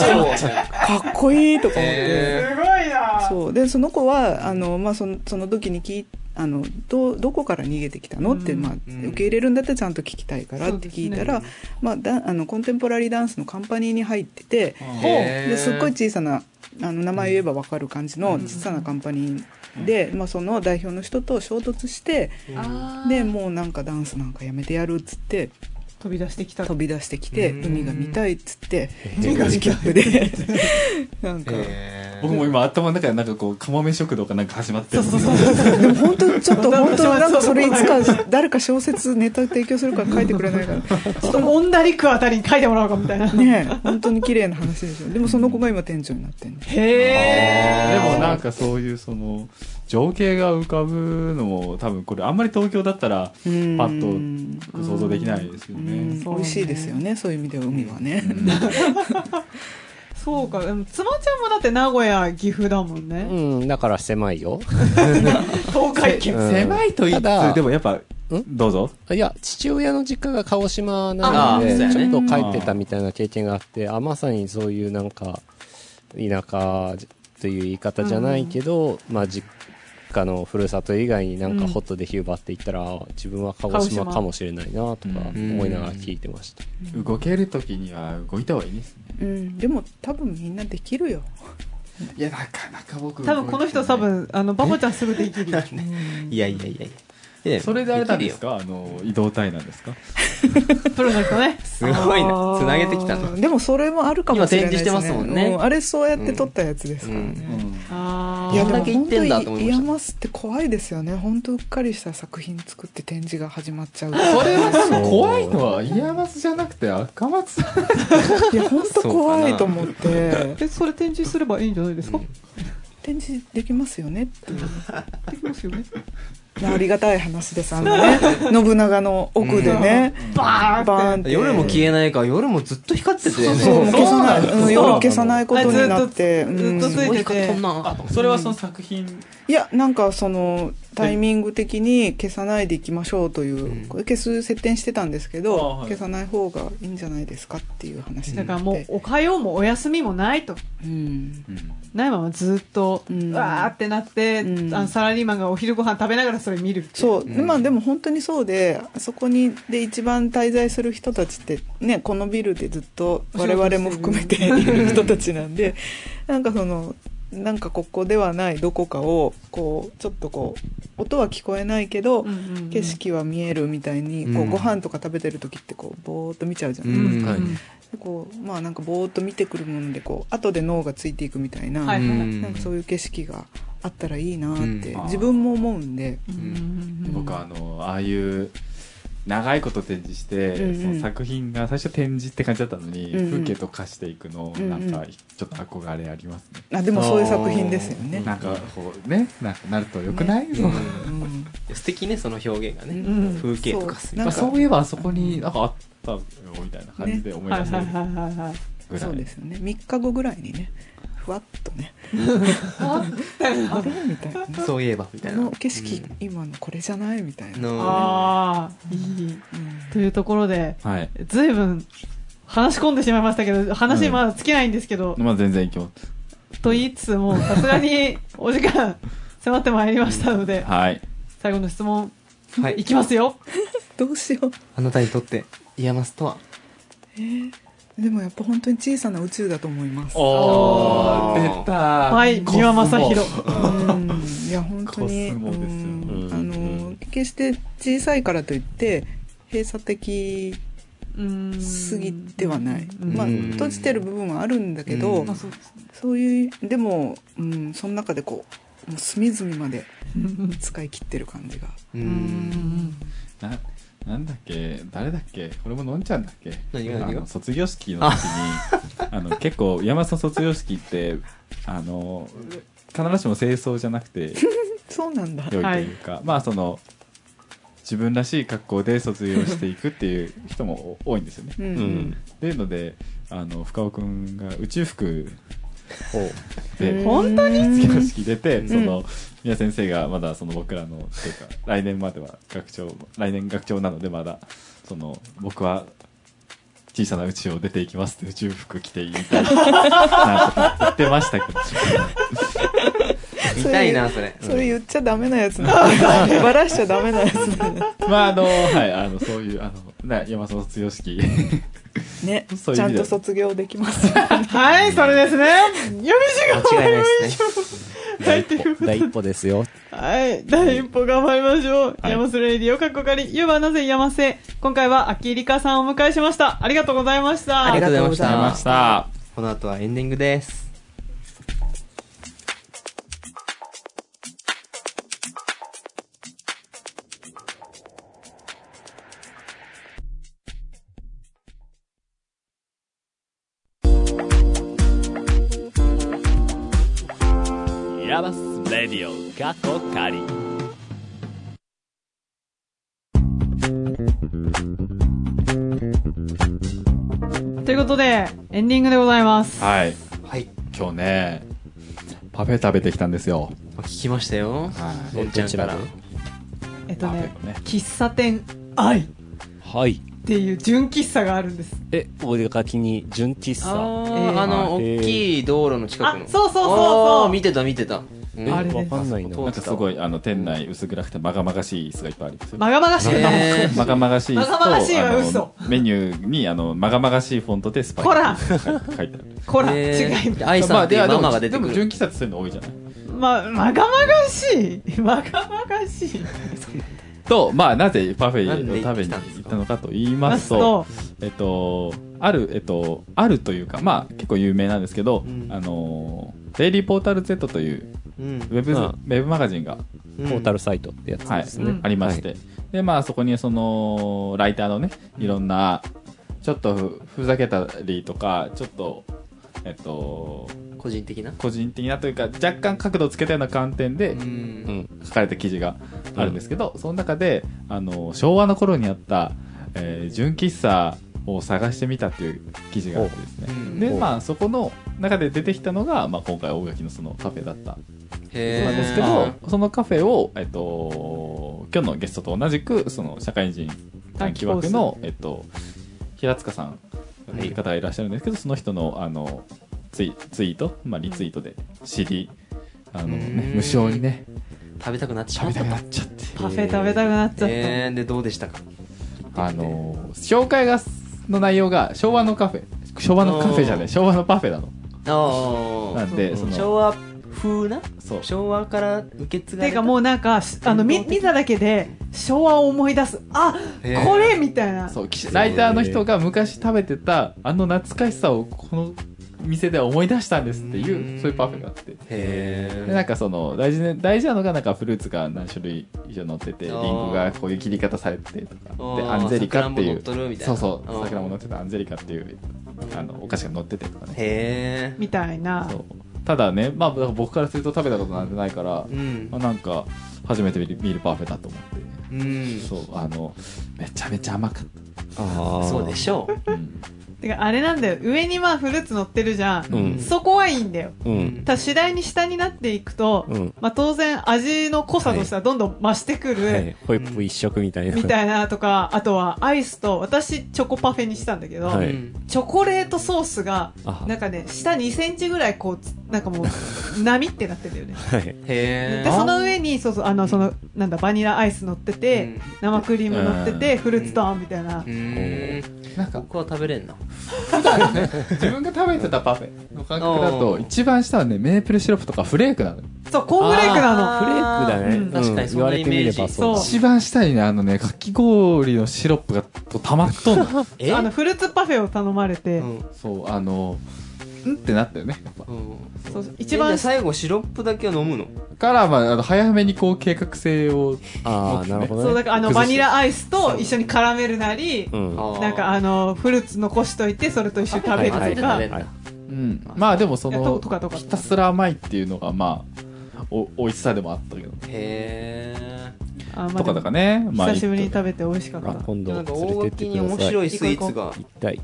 Speaker 6: の超かっこいいとか思って、
Speaker 5: え
Speaker 2: すごいな。
Speaker 6: そうでその子はあの、まあ、そのその時に聞いあのどどこから逃げてきたのって、
Speaker 2: うん
Speaker 6: まあ、
Speaker 5: うん
Speaker 6: 受け入れるんだったらちゃんと聞きたいからって聞いたら、
Speaker 2: そうで
Speaker 6: まあ、だあのコンテンポラリーダンスのカンパニーに入ってて、
Speaker 5: へー
Speaker 6: ですっごい小さなあの名前言えば分かる感じの小さなカンパニーで、まあ、その代表の人と衝突してでもうなんかダンスなんかやめてやるっつって
Speaker 2: 飛び出してきた。
Speaker 6: 飛び出してきて
Speaker 5: うん
Speaker 6: 海が見たいっつって
Speaker 3: うん
Speaker 6: ガ ジキャップでなんか。
Speaker 5: え
Speaker 4: 僕も今頭の中でなんかこう、かもめ食堂かなんか始まって
Speaker 2: そ
Speaker 4: る
Speaker 2: うそうそうそう。
Speaker 6: でも本当ちょっと本当なんかそれいつか誰か小説ネタ提供するから書いてくれないから
Speaker 2: ちょっとオンダリックあたりに書いてもらおうかみたいな。
Speaker 6: ねえ本当に綺麗な話でしょでもその子が今店長になってん の
Speaker 2: へえ。
Speaker 4: でもなんかそういうその情景が浮かぶのも多分これあんまり東京だったらパ
Speaker 6: うん
Speaker 4: ッと想像できないですよ
Speaker 6: うん
Speaker 4: ね。
Speaker 6: 美味しいですよねそういう意味では海はね
Speaker 2: そうか。でも妻ちゃんもだって名古屋、岐阜だもんね。
Speaker 3: うん、だから狭いよ。
Speaker 2: 東海圏。
Speaker 3: うん
Speaker 4: 狭いと言いつ
Speaker 3: ただ
Speaker 4: つでもやっぱどうぞ。
Speaker 3: いや、父親の実家が鹿児島なの
Speaker 5: あー
Speaker 3: で、
Speaker 5: そうや
Speaker 3: ちょ
Speaker 5: ね
Speaker 3: っと帰ってたみたいな経験があって、あ、まさにそういうなんか、田舎という言い方じゃないけど、まあ実家のふるさと以外になんかホットでヒューバーって言ったら、あ自分は鹿児島かもしれないなとか思いながら聞いてました。
Speaker 4: 動ける時には動いた方がいいですね。
Speaker 6: うんでも多分みんなできるよ
Speaker 4: いやなかなか僕
Speaker 2: 多分この人多分、あの、バボちゃんすぐ できる。
Speaker 5: いやいやいやいやいや。
Speaker 4: それであれなんです
Speaker 5: か
Speaker 4: かあの移動体なんですか。
Speaker 2: プロジェクトね。
Speaker 5: すごい
Speaker 2: あ
Speaker 5: な。
Speaker 2: ー
Speaker 5: つなげてきたな。
Speaker 6: でもそれもあるかもしれないですね
Speaker 5: 今展示してますもんね
Speaker 6: うあれそうやって撮ったやつですから
Speaker 5: う
Speaker 6: ね
Speaker 2: あ
Speaker 5: ん
Speaker 2: ー
Speaker 5: こんだけ言ってんだと思いました
Speaker 6: やでも本当にイヤマスって怖いですよね本当うっかりした作品作って展示が始まっちゃう
Speaker 4: それはでも怖いのはイヤマスじゃなくて赤松さん。
Speaker 6: いや本当怖いと思って
Speaker 2: え、それ展示すればいいんじゃないですか、
Speaker 6: 展示できますよねっていう
Speaker 2: できますよね。
Speaker 6: ありがたい話ですあのね 信長の奥でね、
Speaker 2: バーンって
Speaker 6: バーンって
Speaker 5: 夜も消えないから、夜もずっと光っててね。
Speaker 6: そう
Speaker 4: そう
Speaker 6: 消さない
Speaker 4: そうなの
Speaker 6: うん夜消さないことになって
Speaker 2: ずっとずっと
Speaker 6: うん
Speaker 2: ついてて。
Speaker 4: それはその作品。
Speaker 6: いやなんかそのタイミング的に消さないでいきましょうという、
Speaker 5: ん
Speaker 6: これ消す設定してたんですけど、
Speaker 4: ああはい
Speaker 6: 消さない方がいいんじゃないですかっていう話にな
Speaker 2: だ
Speaker 6: って
Speaker 2: からもう、おかようもお休みもないと。
Speaker 6: うん
Speaker 2: ないままずっと、う
Speaker 6: うん
Speaker 2: わーってなって、
Speaker 6: うん
Speaker 2: あのサラリーマンがお昼ご飯食べながらそれ見るってい
Speaker 6: そう、
Speaker 5: ん
Speaker 6: まあでも本当にそうであそこにで一番滞在する人たちってねこのビルでずっと
Speaker 2: お仕
Speaker 6: 我
Speaker 2: 事
Speaker 6: 々も含めている人たちなんでなんかそのなんかここではないどこかをこうちょっとこう音は聞こえないけど、
Speaker 2: うんうんうん
Speaker 6: 景色は見えるみたいにこ
Speaker 5: う
Speaker 6: うんご飯とか食べてる時ってこうぼーっと見ちゃうじゃ
Speaker 5: う
Speaker 6: ない、
Speaker 5: ん
Speaker 6: ん、
Speaker 2: うん
Speaker 3: はい
Speaker 6: こうまあなんかぼーっと見てくるものでこう後で脳がついていくみたいな、
Speaker 2: はい
Speaker 6: なんかそういう景色があったらいいなって、
Speaker 4: うん
Speaker 6: 自分も思うんで。
Speaker 2: うんうん
Speaker 4: 僕はあのああいう長いこと展示して、
Speaker 6: うんうん
Speaker 4: その作品が最初展示って感じだったのに、
Speaker 6: うんうん
Speaker 4: 風景と化していくの
Speaker 6: うん
Speaker 4: な
Speaker 6: うん
Speaker 4: んかちょっと憧れありますね、
Speaker 6: あでもそういう作品ですよね。
Speaker 4: なんかこうねなんかなるとよくない、そう
Speaker 6: うん
Speaker 5: 素敵ね、その表現がね。
Speaker 2: うん
Speaker 5: 風景とかす
Speaker 6: なんか
Speaker 4: そういえばあそこになんかあったよみたいな感じで思い
Speaker 2: はい
Speaker 4: 出せ
Speaker 2: はい
Speaker 4: る
Speaker 2: はいはいはい
Speaker 4: ぐら
Speaker 6: そう
Speaker 4: い、
Speaker 6: ですよね3日後ぐらいにねふわっとねあれみたいなね
Speaker 5: そういえば、みた
Speaker 6: こ
Speaker 5: いな
Speaker 6: の。景色、今のこれじゃないみたいな、
Speaker 5: の、
Speaker 2: ああいい
Speaker 6: うん
Speaker 2: というところで
Speaker 4: はい
Speaker 2: ずいぶん話し込んでしまいましたけど話まだ尽きないんですけど、
Speaker 4: まあ全然いきま
Speaker 2: と言いつつもさすがにお時間迫ってまいりましたので、
Speaker 4: すはい
Speaker 2: 最後の質問
Speaker 5: はい
Speaker 2: いきますよ
Speaker 6: どうしよ
Speaker 5: あなたにとって、イヤマスとは
Speaker 6: うでもやっぱ本当に小さな宇宙だと思います
Speaker 4: お
Speaker 5: ー
Speaker 4: 出た
Speaker 2: はい
Speaker 4: コスモ
Speaker 2: 三輪正宏
Speaker 6: うんいや本当に、
Speaker 4: コスモですよ
Speaker 6: うん
Speaker 3: うん
Speaker 6: あの決して小さいからといって閉鎖的
Speaker 2: うん
Speaker 6: すぎてはない、
Speaker 2: うん
Speaker 6: まあ
Speaker 5: うん
Speaker 6: 閉じてる部分はあるんだけ
Speaker 5: う
Speaker 6: ど、
Speaker 5: ん
Speaker 2: まあそうですね
Speaker 6: そういうでも、うん、その中でこうもう隅々まで使い切ってる感じが
Speaker 5: う。
Speaker 2: うんん
Speaker 4: ななんだっけ誰だっけこれものんちゃんだっけ
Speaker 5: 何が何が
Speaker 4: あの卒業式の時 にあの結構山田さん卒業式ってあの必ずしも清掃じゃなくて
Speaker 6: そうなんだ
Speaker 4: 良いというか、まあその自分らしい格好で卒業していくっていう人も多いんですよね
Speaker 6: う。、
Speaker 3: うんん。
Speaker 4: でのであの深尾君が宇宙服
Speaker 3: ほう。
Speaker 4: で
Speaker 2: 本当に
Speaker 4: 卒業式出て、
Speaker 6: ん
Speaker 4: その宮先生がまだその僕らのというか来年までは学長来年学長なのでまだその僕は小さな宇宙を出ていきますって宇宙服着ていいみたいななんか言ってましたけど
Speaker 5: 見たい な、それ。
Speaker 6: それ言っちゃダメなやつなん だバラしちゃダメなやつなんだ
Speaker 4: まああのはいあのそういうあのな山の卒業式
Speaker 6: ね
Speaker 4: そうい
Speaker 6: ち
Speaker 4: う意
Speaker 6: ゃ
Speaker 4: 味
Speaker 6: ん
Speaker 4: で
Speaker 6: と
Speaker 4: は
Speaker 6: 卒業できますよ
Speaker 2: はいそれですね読み違
Speaker 5: 間違いないですね。
Speaker 2: はいということで
Speaker 3: 第一歩ですよ。
Speaker 2: はい。第一歩頑張りましょう。
Speaker 4: はい
Speaker 2: ヤマスレディオかっこかり。ゆうはなぜ山瀬。今回は秋里香さんをお迎えしました。ありがとうございました。
Speaker 5: ありがとうございまし
Speaker 4: さあ
Speaker 5: た。この後はエンディングです。
Speaker 1: ヤマスレディオ過去仮
Speaker 2: ということで、エンディングでございます。
Speaker 4: はい
Speaker 5: はい。
Speaker 4: 今日ねパフェ食べてきたんですよ
Speaker 5: 聞きましたよ。
Speaker 4: はい
Speaker 5: のんちゃんから。
Speaker 3: ど
Speaker 2: えっとね
Speaker 4: パフェね、
Speaker 2: 喫茶店愛っ
Speaker 3: はい。
Speaker 2: ていう純喫茶があるんです。
Speaker 3: え、お出かけに純喫茶。
Speaker 2: えー
Speaker 5: あの、
Speaker 3: はい
Speaker 5: 大きい道路の近くの。
Speaker 2: あそうそうそうそう
Speaker 5: あー見てた、見てた。うん
Speaker 3: え
Speaker 2: あれです
Speaker 3: わかんないな。
Speaker 5: そ
Speaker 4: な
Speaker 5: うん
Speaker 4: かすごいあの店内薄暗くてまがまがしい椅子がいっぱいありますよ
Speaker 2: まがまがしくなる。
Speaker 5: え
Speaker 4: まがまがしい椅子と
Speaker 2: まがまがしいは嘘
Speaker 4: あのメニューにあのまがまがしいフォントでスパイ
Speaker 2: こら
Speaker 4: 書いてある
Speaker 2: こら、
Speaker 5: えー
Speaker 2: 違いま
Speaker 5: 愛さんっていうママが出て
Speaker 4: で
Speaker 5: く
Speaker 4: も
Speaker 5: る。
Speaker 4: 純喫茶ってそういうの多いじゃない
Speaker 2: す。ま、まがまがしい。まがまがしい。
Speaker 4: とまあなぜパフェを
Speaker 5: なんで行っ
Speaker 4: 食べ
Speaker 5: てき
Speaker 4: に
Speaker 5: たんですか
Speaker 4: 行ったのかと言い
Speaker 2: ま
Speaker 4: ますすとえ
Speaker 2: と、
Speaker 4: っとあるえっとあるというかまあ結構有名なんですけど、
Speaker 5: うん
Speaker 4: あのデイリーポータル Z という
Speaker 5: う
Speaker 4: ウ
Speaker 5: ん
Speaker 4: ェブ、
Speaker 3: うん
Speaker 4: ウェブマガジンが
Speaker 5: ポ
Speaker 3: ポータルサイトってやつ
Speaker 4: はい
Speaker 3: ですね。
Speaker 2: うん
Speaker 4: ありまして、でまあそこにそのライターのねいろんなちょっとふふざけたりとかちょっとえっと
Speaker 5: 個人的な。
Speaker 4: 個人的なというか若干角度をつけたような観点
Speaker 5: う。
Speaker 4: で
Speaker 3: うんん。
Speaker 4: 書かれた記事があるんですけど、その中であの昭和の頃にあった、えー純喫茶を探してみたっていう記事があってです
Speaker 5: ほうう
Speaker 4: ね
Speaker 5: ん
Speaker 4: で
Speaker 3: ほう
Speaker 4: まあそこの中で出てきたのが、まあ、今回大垣のそのカフェだった
Speaker 5: へ
Speaker 4: な
Speaker 5: ー
Speaker 4: んですけど、そのカフェを、えっと、今日のゲストと同じく、その社会人短期枠の、えっと、平塚さんという方がいらっしゃるんですけど、その人の、あの、ツイツイート、まあ、リツイートで知り、あの
Speaker 5: う
Speaker 4: ね
Speaker 5: ん、
Speaker 4: 無償にね、
Speaker 5: 食べたくなっちゃ
Speaker 4: 食べ
Speaker 5: う
Speaker 4: たくなっちゃって、
Speaker 2: パフェ食べたくなっちゃった。
Speaker 5: えー、で、どうでしたか
Speaker 4: あの、紹介が、の内容が昭和のカフェ、昭和のカフェじゃな
Speaker 5: おー
Speaker 4: い、昭和のパフェなの。
Speaker 5: あ
Speaker 4: なんで、そ
Speaker 5: あ。
Speaker 4: の、
Speaker 5: 昭和風な
Speaker 4: そう。
Speaker 5: 昭和から受け継がれ
Speaker 2: ていう
Speaker 5: た
Speaker 2: かもうなんか、しあの、見、見ただけで、昭和を思い出す。あ、
Speaker 5: へー
Speaker 2: これみたいな。
Speaker 4: そう記者ライターの人が昔食べてたあの懐かしさをこの店で思い出したんですっていううんそういうパフェがあって
Speaker 5: へ
Speaker 4: で
Speaker 5: ー
Speaker 4: なんかその大事,、ね、大事なのがなんかフルーツが何種類以上乗っててリ
Speaker 5: あ
Speaker 4: ン
Speaker 5: ー
Speaker 4: ゴがこういう切り方されててと
Speaker 5: あ
Speaker 4: かで
Speaker 5: ー
Speaker 4: アンゼリカってい
Speaker 5: 桜も乗っとるみ
Speaker 4: う
Speaker 5: たい
Speaker 4: そ
Speaker 5: な
Speaker 4: うそう
Speaker 5: うん
Speaker 4: 桜も乗ってたアンゼリカっていうあのお菓子が乗っててとかね
Speaker 5: へえ
Speaker 2: みたいな
Speaker 4: そ。うただね、まあ、だから僕からすると食べたことなんてないから、
Speaker 5: うん
Speaker 4: まあ、なんか初めて見る見るパフェだと思って。
Speaker 5: うん
Speaker 4: そうあのめちゃめちゃ甘かっ
Speaker 3: あ
Speaker 5: そうでしょう
Speaker 4: た、うん
Speaker 2: てか、あれなんだよ。上にまあフルーツ乗ってるじゃん。
Speaker 3: うん
Speaker 2: そこはいいんだよ。
Speaker 3: う
Speaker 5: うん
Speaker 3: ん。
Speaker 2: ただ次第に下になっていくと、
Speaker 3: うん
Speaker 2: まあ当然味の濃さとしてはどんどん増してくる、
Speaker 3: はい。ホイップ一色みたいな。
Speaker 2: みたいなとか、あとはアイスと、私チョコパフェにしたんだけど、
Speaker 3: は
Speaker 5: う
Speaker 3: い
Speaker 5: ん
Speaker 2: チョコレートソースが
Speaker 3: あ、
Speaker 2: なんかね、下2センチぐらいこうつ、なんかも う、波ってなってるよね。
Speaker 3: はい。
Speaker 5: へ
Speaker 2: で、
Speaker 5: え
Speaker 2: その上に、そうそう、あの、その、なんだ、バニラアイス乗ってて、
Speaker 5: うん
Speaker 2: 生クリーム乗ってて、フルーツドーンみたいな。
Speaker 4: なんか
Speaker 5: 僕は食べれんな
Speaker 4: 自分が食べてたパフェの感覚だと一番下はねメープルシロップとかフレークなのよ
Speaker 2: そう、コーンフレークな
Speaker 3: フレークだね、
Speaker 2: う
Speaker 3: うんん、
Speaker 5: 確かにそん
Speaker 3: 言
Speaker 5: な
Speaker 3: わ
Speaker 5: イメージ
Speaker 3: れてみればそうだ
Speaker 2: そ
Speaker 4: 一番下にね、あのね、かき氷のシロップがと溜まっとんの。
Speaker 5: え
Speaker 2: の。あの、フルーツパフェを頼まれて
Speaker 5: う、ん
Speaker 4: そう、あの、んってなったよね。やっぱ
Speaker 5: うん
Speaker 2: そう
Speaker 5: 一
Speaker 2: 一
Speaker 5: 番
Speaker 2: 番
Speaker 5: 最後シロップだけを飲むの
Speaker 4: から、まあ、あの早めにこう計画性を、
Speaker 3: ああなる
Speaker 2: そ
Speaker 3: ほど
Speaker 2: う、
Speaker 3: ね
Speaker 2: だからあの、バ
Speaker 4: 崩し
Speaker 2: ニ
Speaker 4: て
Speaker 2: ラアイスと一緒に絡めるなり、
Speaker 3: うんは
Speaker 5: あー
Speaker 2: なんかあの、フルーツ残しといて、それと一緒に食べ
Speaker 3: い
Speaker 2: ると
Speaker 3: はい
Speaker 5: る
Speaker 2: か
Speaker 3: は、いはい
Speaker 4: うん、まあでもそ
Speaker 2: いやと
Speaker 4: の
Speaker 2: とかとか
Speaker 4: ひたすら甘いっていうのがまあお美味しさでもあったけど
Speaker 5: へえ
Speaker 2: あまあ
Speaker 4: とかだかね、まあ、
Speaker 2: 久しぶりに食べて美味しかっ
Speaker 3: あ
Speaker 2: た。
Speaker 3: 今度
Speaker 5: なん
Speaker 3: 連
Speaker 5: か大
Speaker 3: れて
Speaker 5: 垣
Speaker 3: って
Speaker 5: に
Speaker 3: くだ
Speaker 5: 面
Speaker 3: さい
Speaker 5: 白いスイーツが
Speaker 3: 行き たい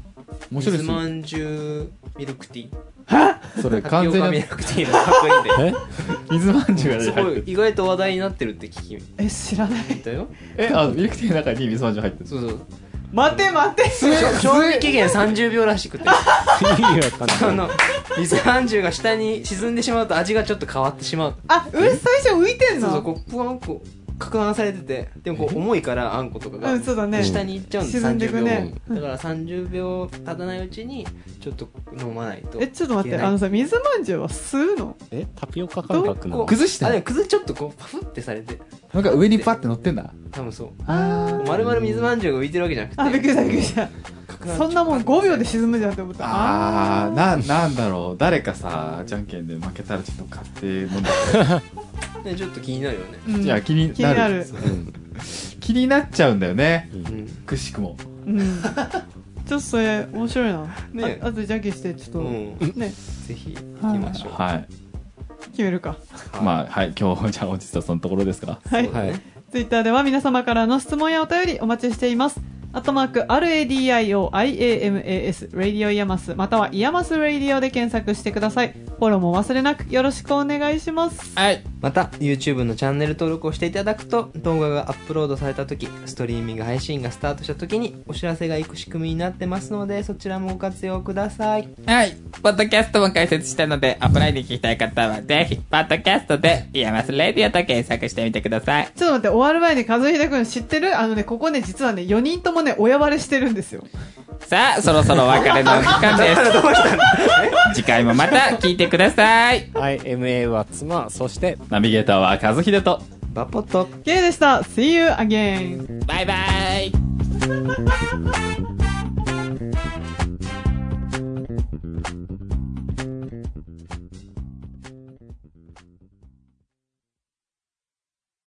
Speaker 4: 面白い
Speaker 5: 水
Speaker 4: です
Speaker 5: ま
Speaker 4: よ
Speaker 5: んじゅうミルクティー
Speaker 4: それ
Speaker 5: タ
Speaker 4: 完
Speaker 5: ピオカ
Speaker 4: 全
Speaker 5: ミ
Speaker 4: に
Speaker 5: ルクティーの箱入れ
Speaker 3: え
Speaker 4: 水まんじゅう
Speaker 5: て
Speaker 4: が
Speaker 5: す
Speaker 4: 入
Speaker 5: ご
Speaker 4: って
Speaker 5: い
Speaker 4: る
Speaker 5: 意外と話題になってるって聞き
Speaker 2: え、知らない。
Speaker 5: たよ
Speaker 4: えあのミルクティーの中に水まんじゅう入ってる
Speaker 5: そうそう
Speaker 2: 待て待て
Speaker 5: 賞味期限30秒らし くて
Speaker 3: 意味わか
Speaker 5: あ
Speaker 3: んない
Speaker 5: の水まんじゅうが下に沈んでしまうと味がちょっと変わってしまう
Speaker 2: あ、う最初浮いてん
Speaker 5: そう
Speaker 2: の
Speaker 5: そうこうプワンこうかく乱されててでもこう重いからあんことかが、
Speaker 2: うん、そうだね。
Speaker 5: 下に行っちゃうんで
Speaker 2: 沈んで
Speaker 5: 30
Speaker 2: く
Speaker 5: 秒
Speaker 2: ね
Speaker 5: だから30秒経たないうちにちょっと飲まないと
Speaker 2: え、ちょっと待
Speaker 5: い
Speaker 2: っ
Speaker 5: け
Speaker 2: て、
Speaker 5: ない
Speaker 2: あのさ、水まんじゅうは吸うの
Speaker 3: えタピオカ感覚な
Speaker 5: どうこ
Speaker 3: の
Speaker 5: う
Speaker 4: 崩して
Speaker 5: あでも崩ちょっとこうパフってされて
Speaker 4: なんか上にパッて乗ってんだ
Speaker 5: 多分そう
Speaker 4: あ
Speaker 5: 丸々水まんじゅうが浮いてるわけじゃなくて
Speaker 2: あ、びっくりした、びっくりした。そんなもん5秒で沈むじゃんって思った。
Speaker 4: あー
Speaker 2: あ
Speaker 4: ななんだろう誰かさじゃんけんで負けたらちょっと買って飲んで、
Speaker 5: ねちょっと気になるよね
Speaker 2: ー。うん
Speaker 4: いや気に
Speaker 2: 気
Speaker 4: な
Speaker 2: に
Speaker 4: る
Speaker 2: なる。
Speaker 4: 気になっちゃうんだよね
Speaker 5: うん
Speaker 4: くしくも
Speaker 2: うん。ちょっとそれ、面白いな。
Speaker 5: ね
Speaker 2: ああとじゃんけんして、ちょっと、
Speaker 5: うん
Speaker 2: ね、
Speaker 5: ぜひ行きましょう
Speaker 4: はい
Speaker 2: 決めるか。
Speaker 4: まあはい今日じゃあ本日はそのところですか
Speaker 2: はい。
Speaker 5: はい
Speaker 2: ツイッターでは皆様からの質問やお便りお待ちしています。アットマーク、RADIOIAMAS、ラディオイヤマス、またはイヤマスラディオで検索してください。フォローもお忘れなくよろしくお願いします。
Speaker 4: はい
Speaker 5: また YouTube のチャンネル登録をしていただくと動画がアップロードされた時ストリーミング配信がスタートした時にお知らせがいく仕組みになってますのでそちらもご活用ください
Speaker 7: はい。ポッドキャストも解説したので、アプライで聞きたい方は、ぜひ、ポッドキャストで、イヤマスレディオと検索してみてください。
Speaker 2: ちょっと待って、終わる前に和秀くん知ってるあのね、ここね、実はね、4人ともね、親割れしてるんですよ。
Speaker 7: さあ、そろそろお別れの時間です。次回もまた聞いてください。
Speaker 3: はい、MA は妻そして
Speaker 4: ナビゲーターは和秀と
Speaker 5: バポッと
Speaker 2: ゲイでした。See you again!
Speaker 7: バイバイ。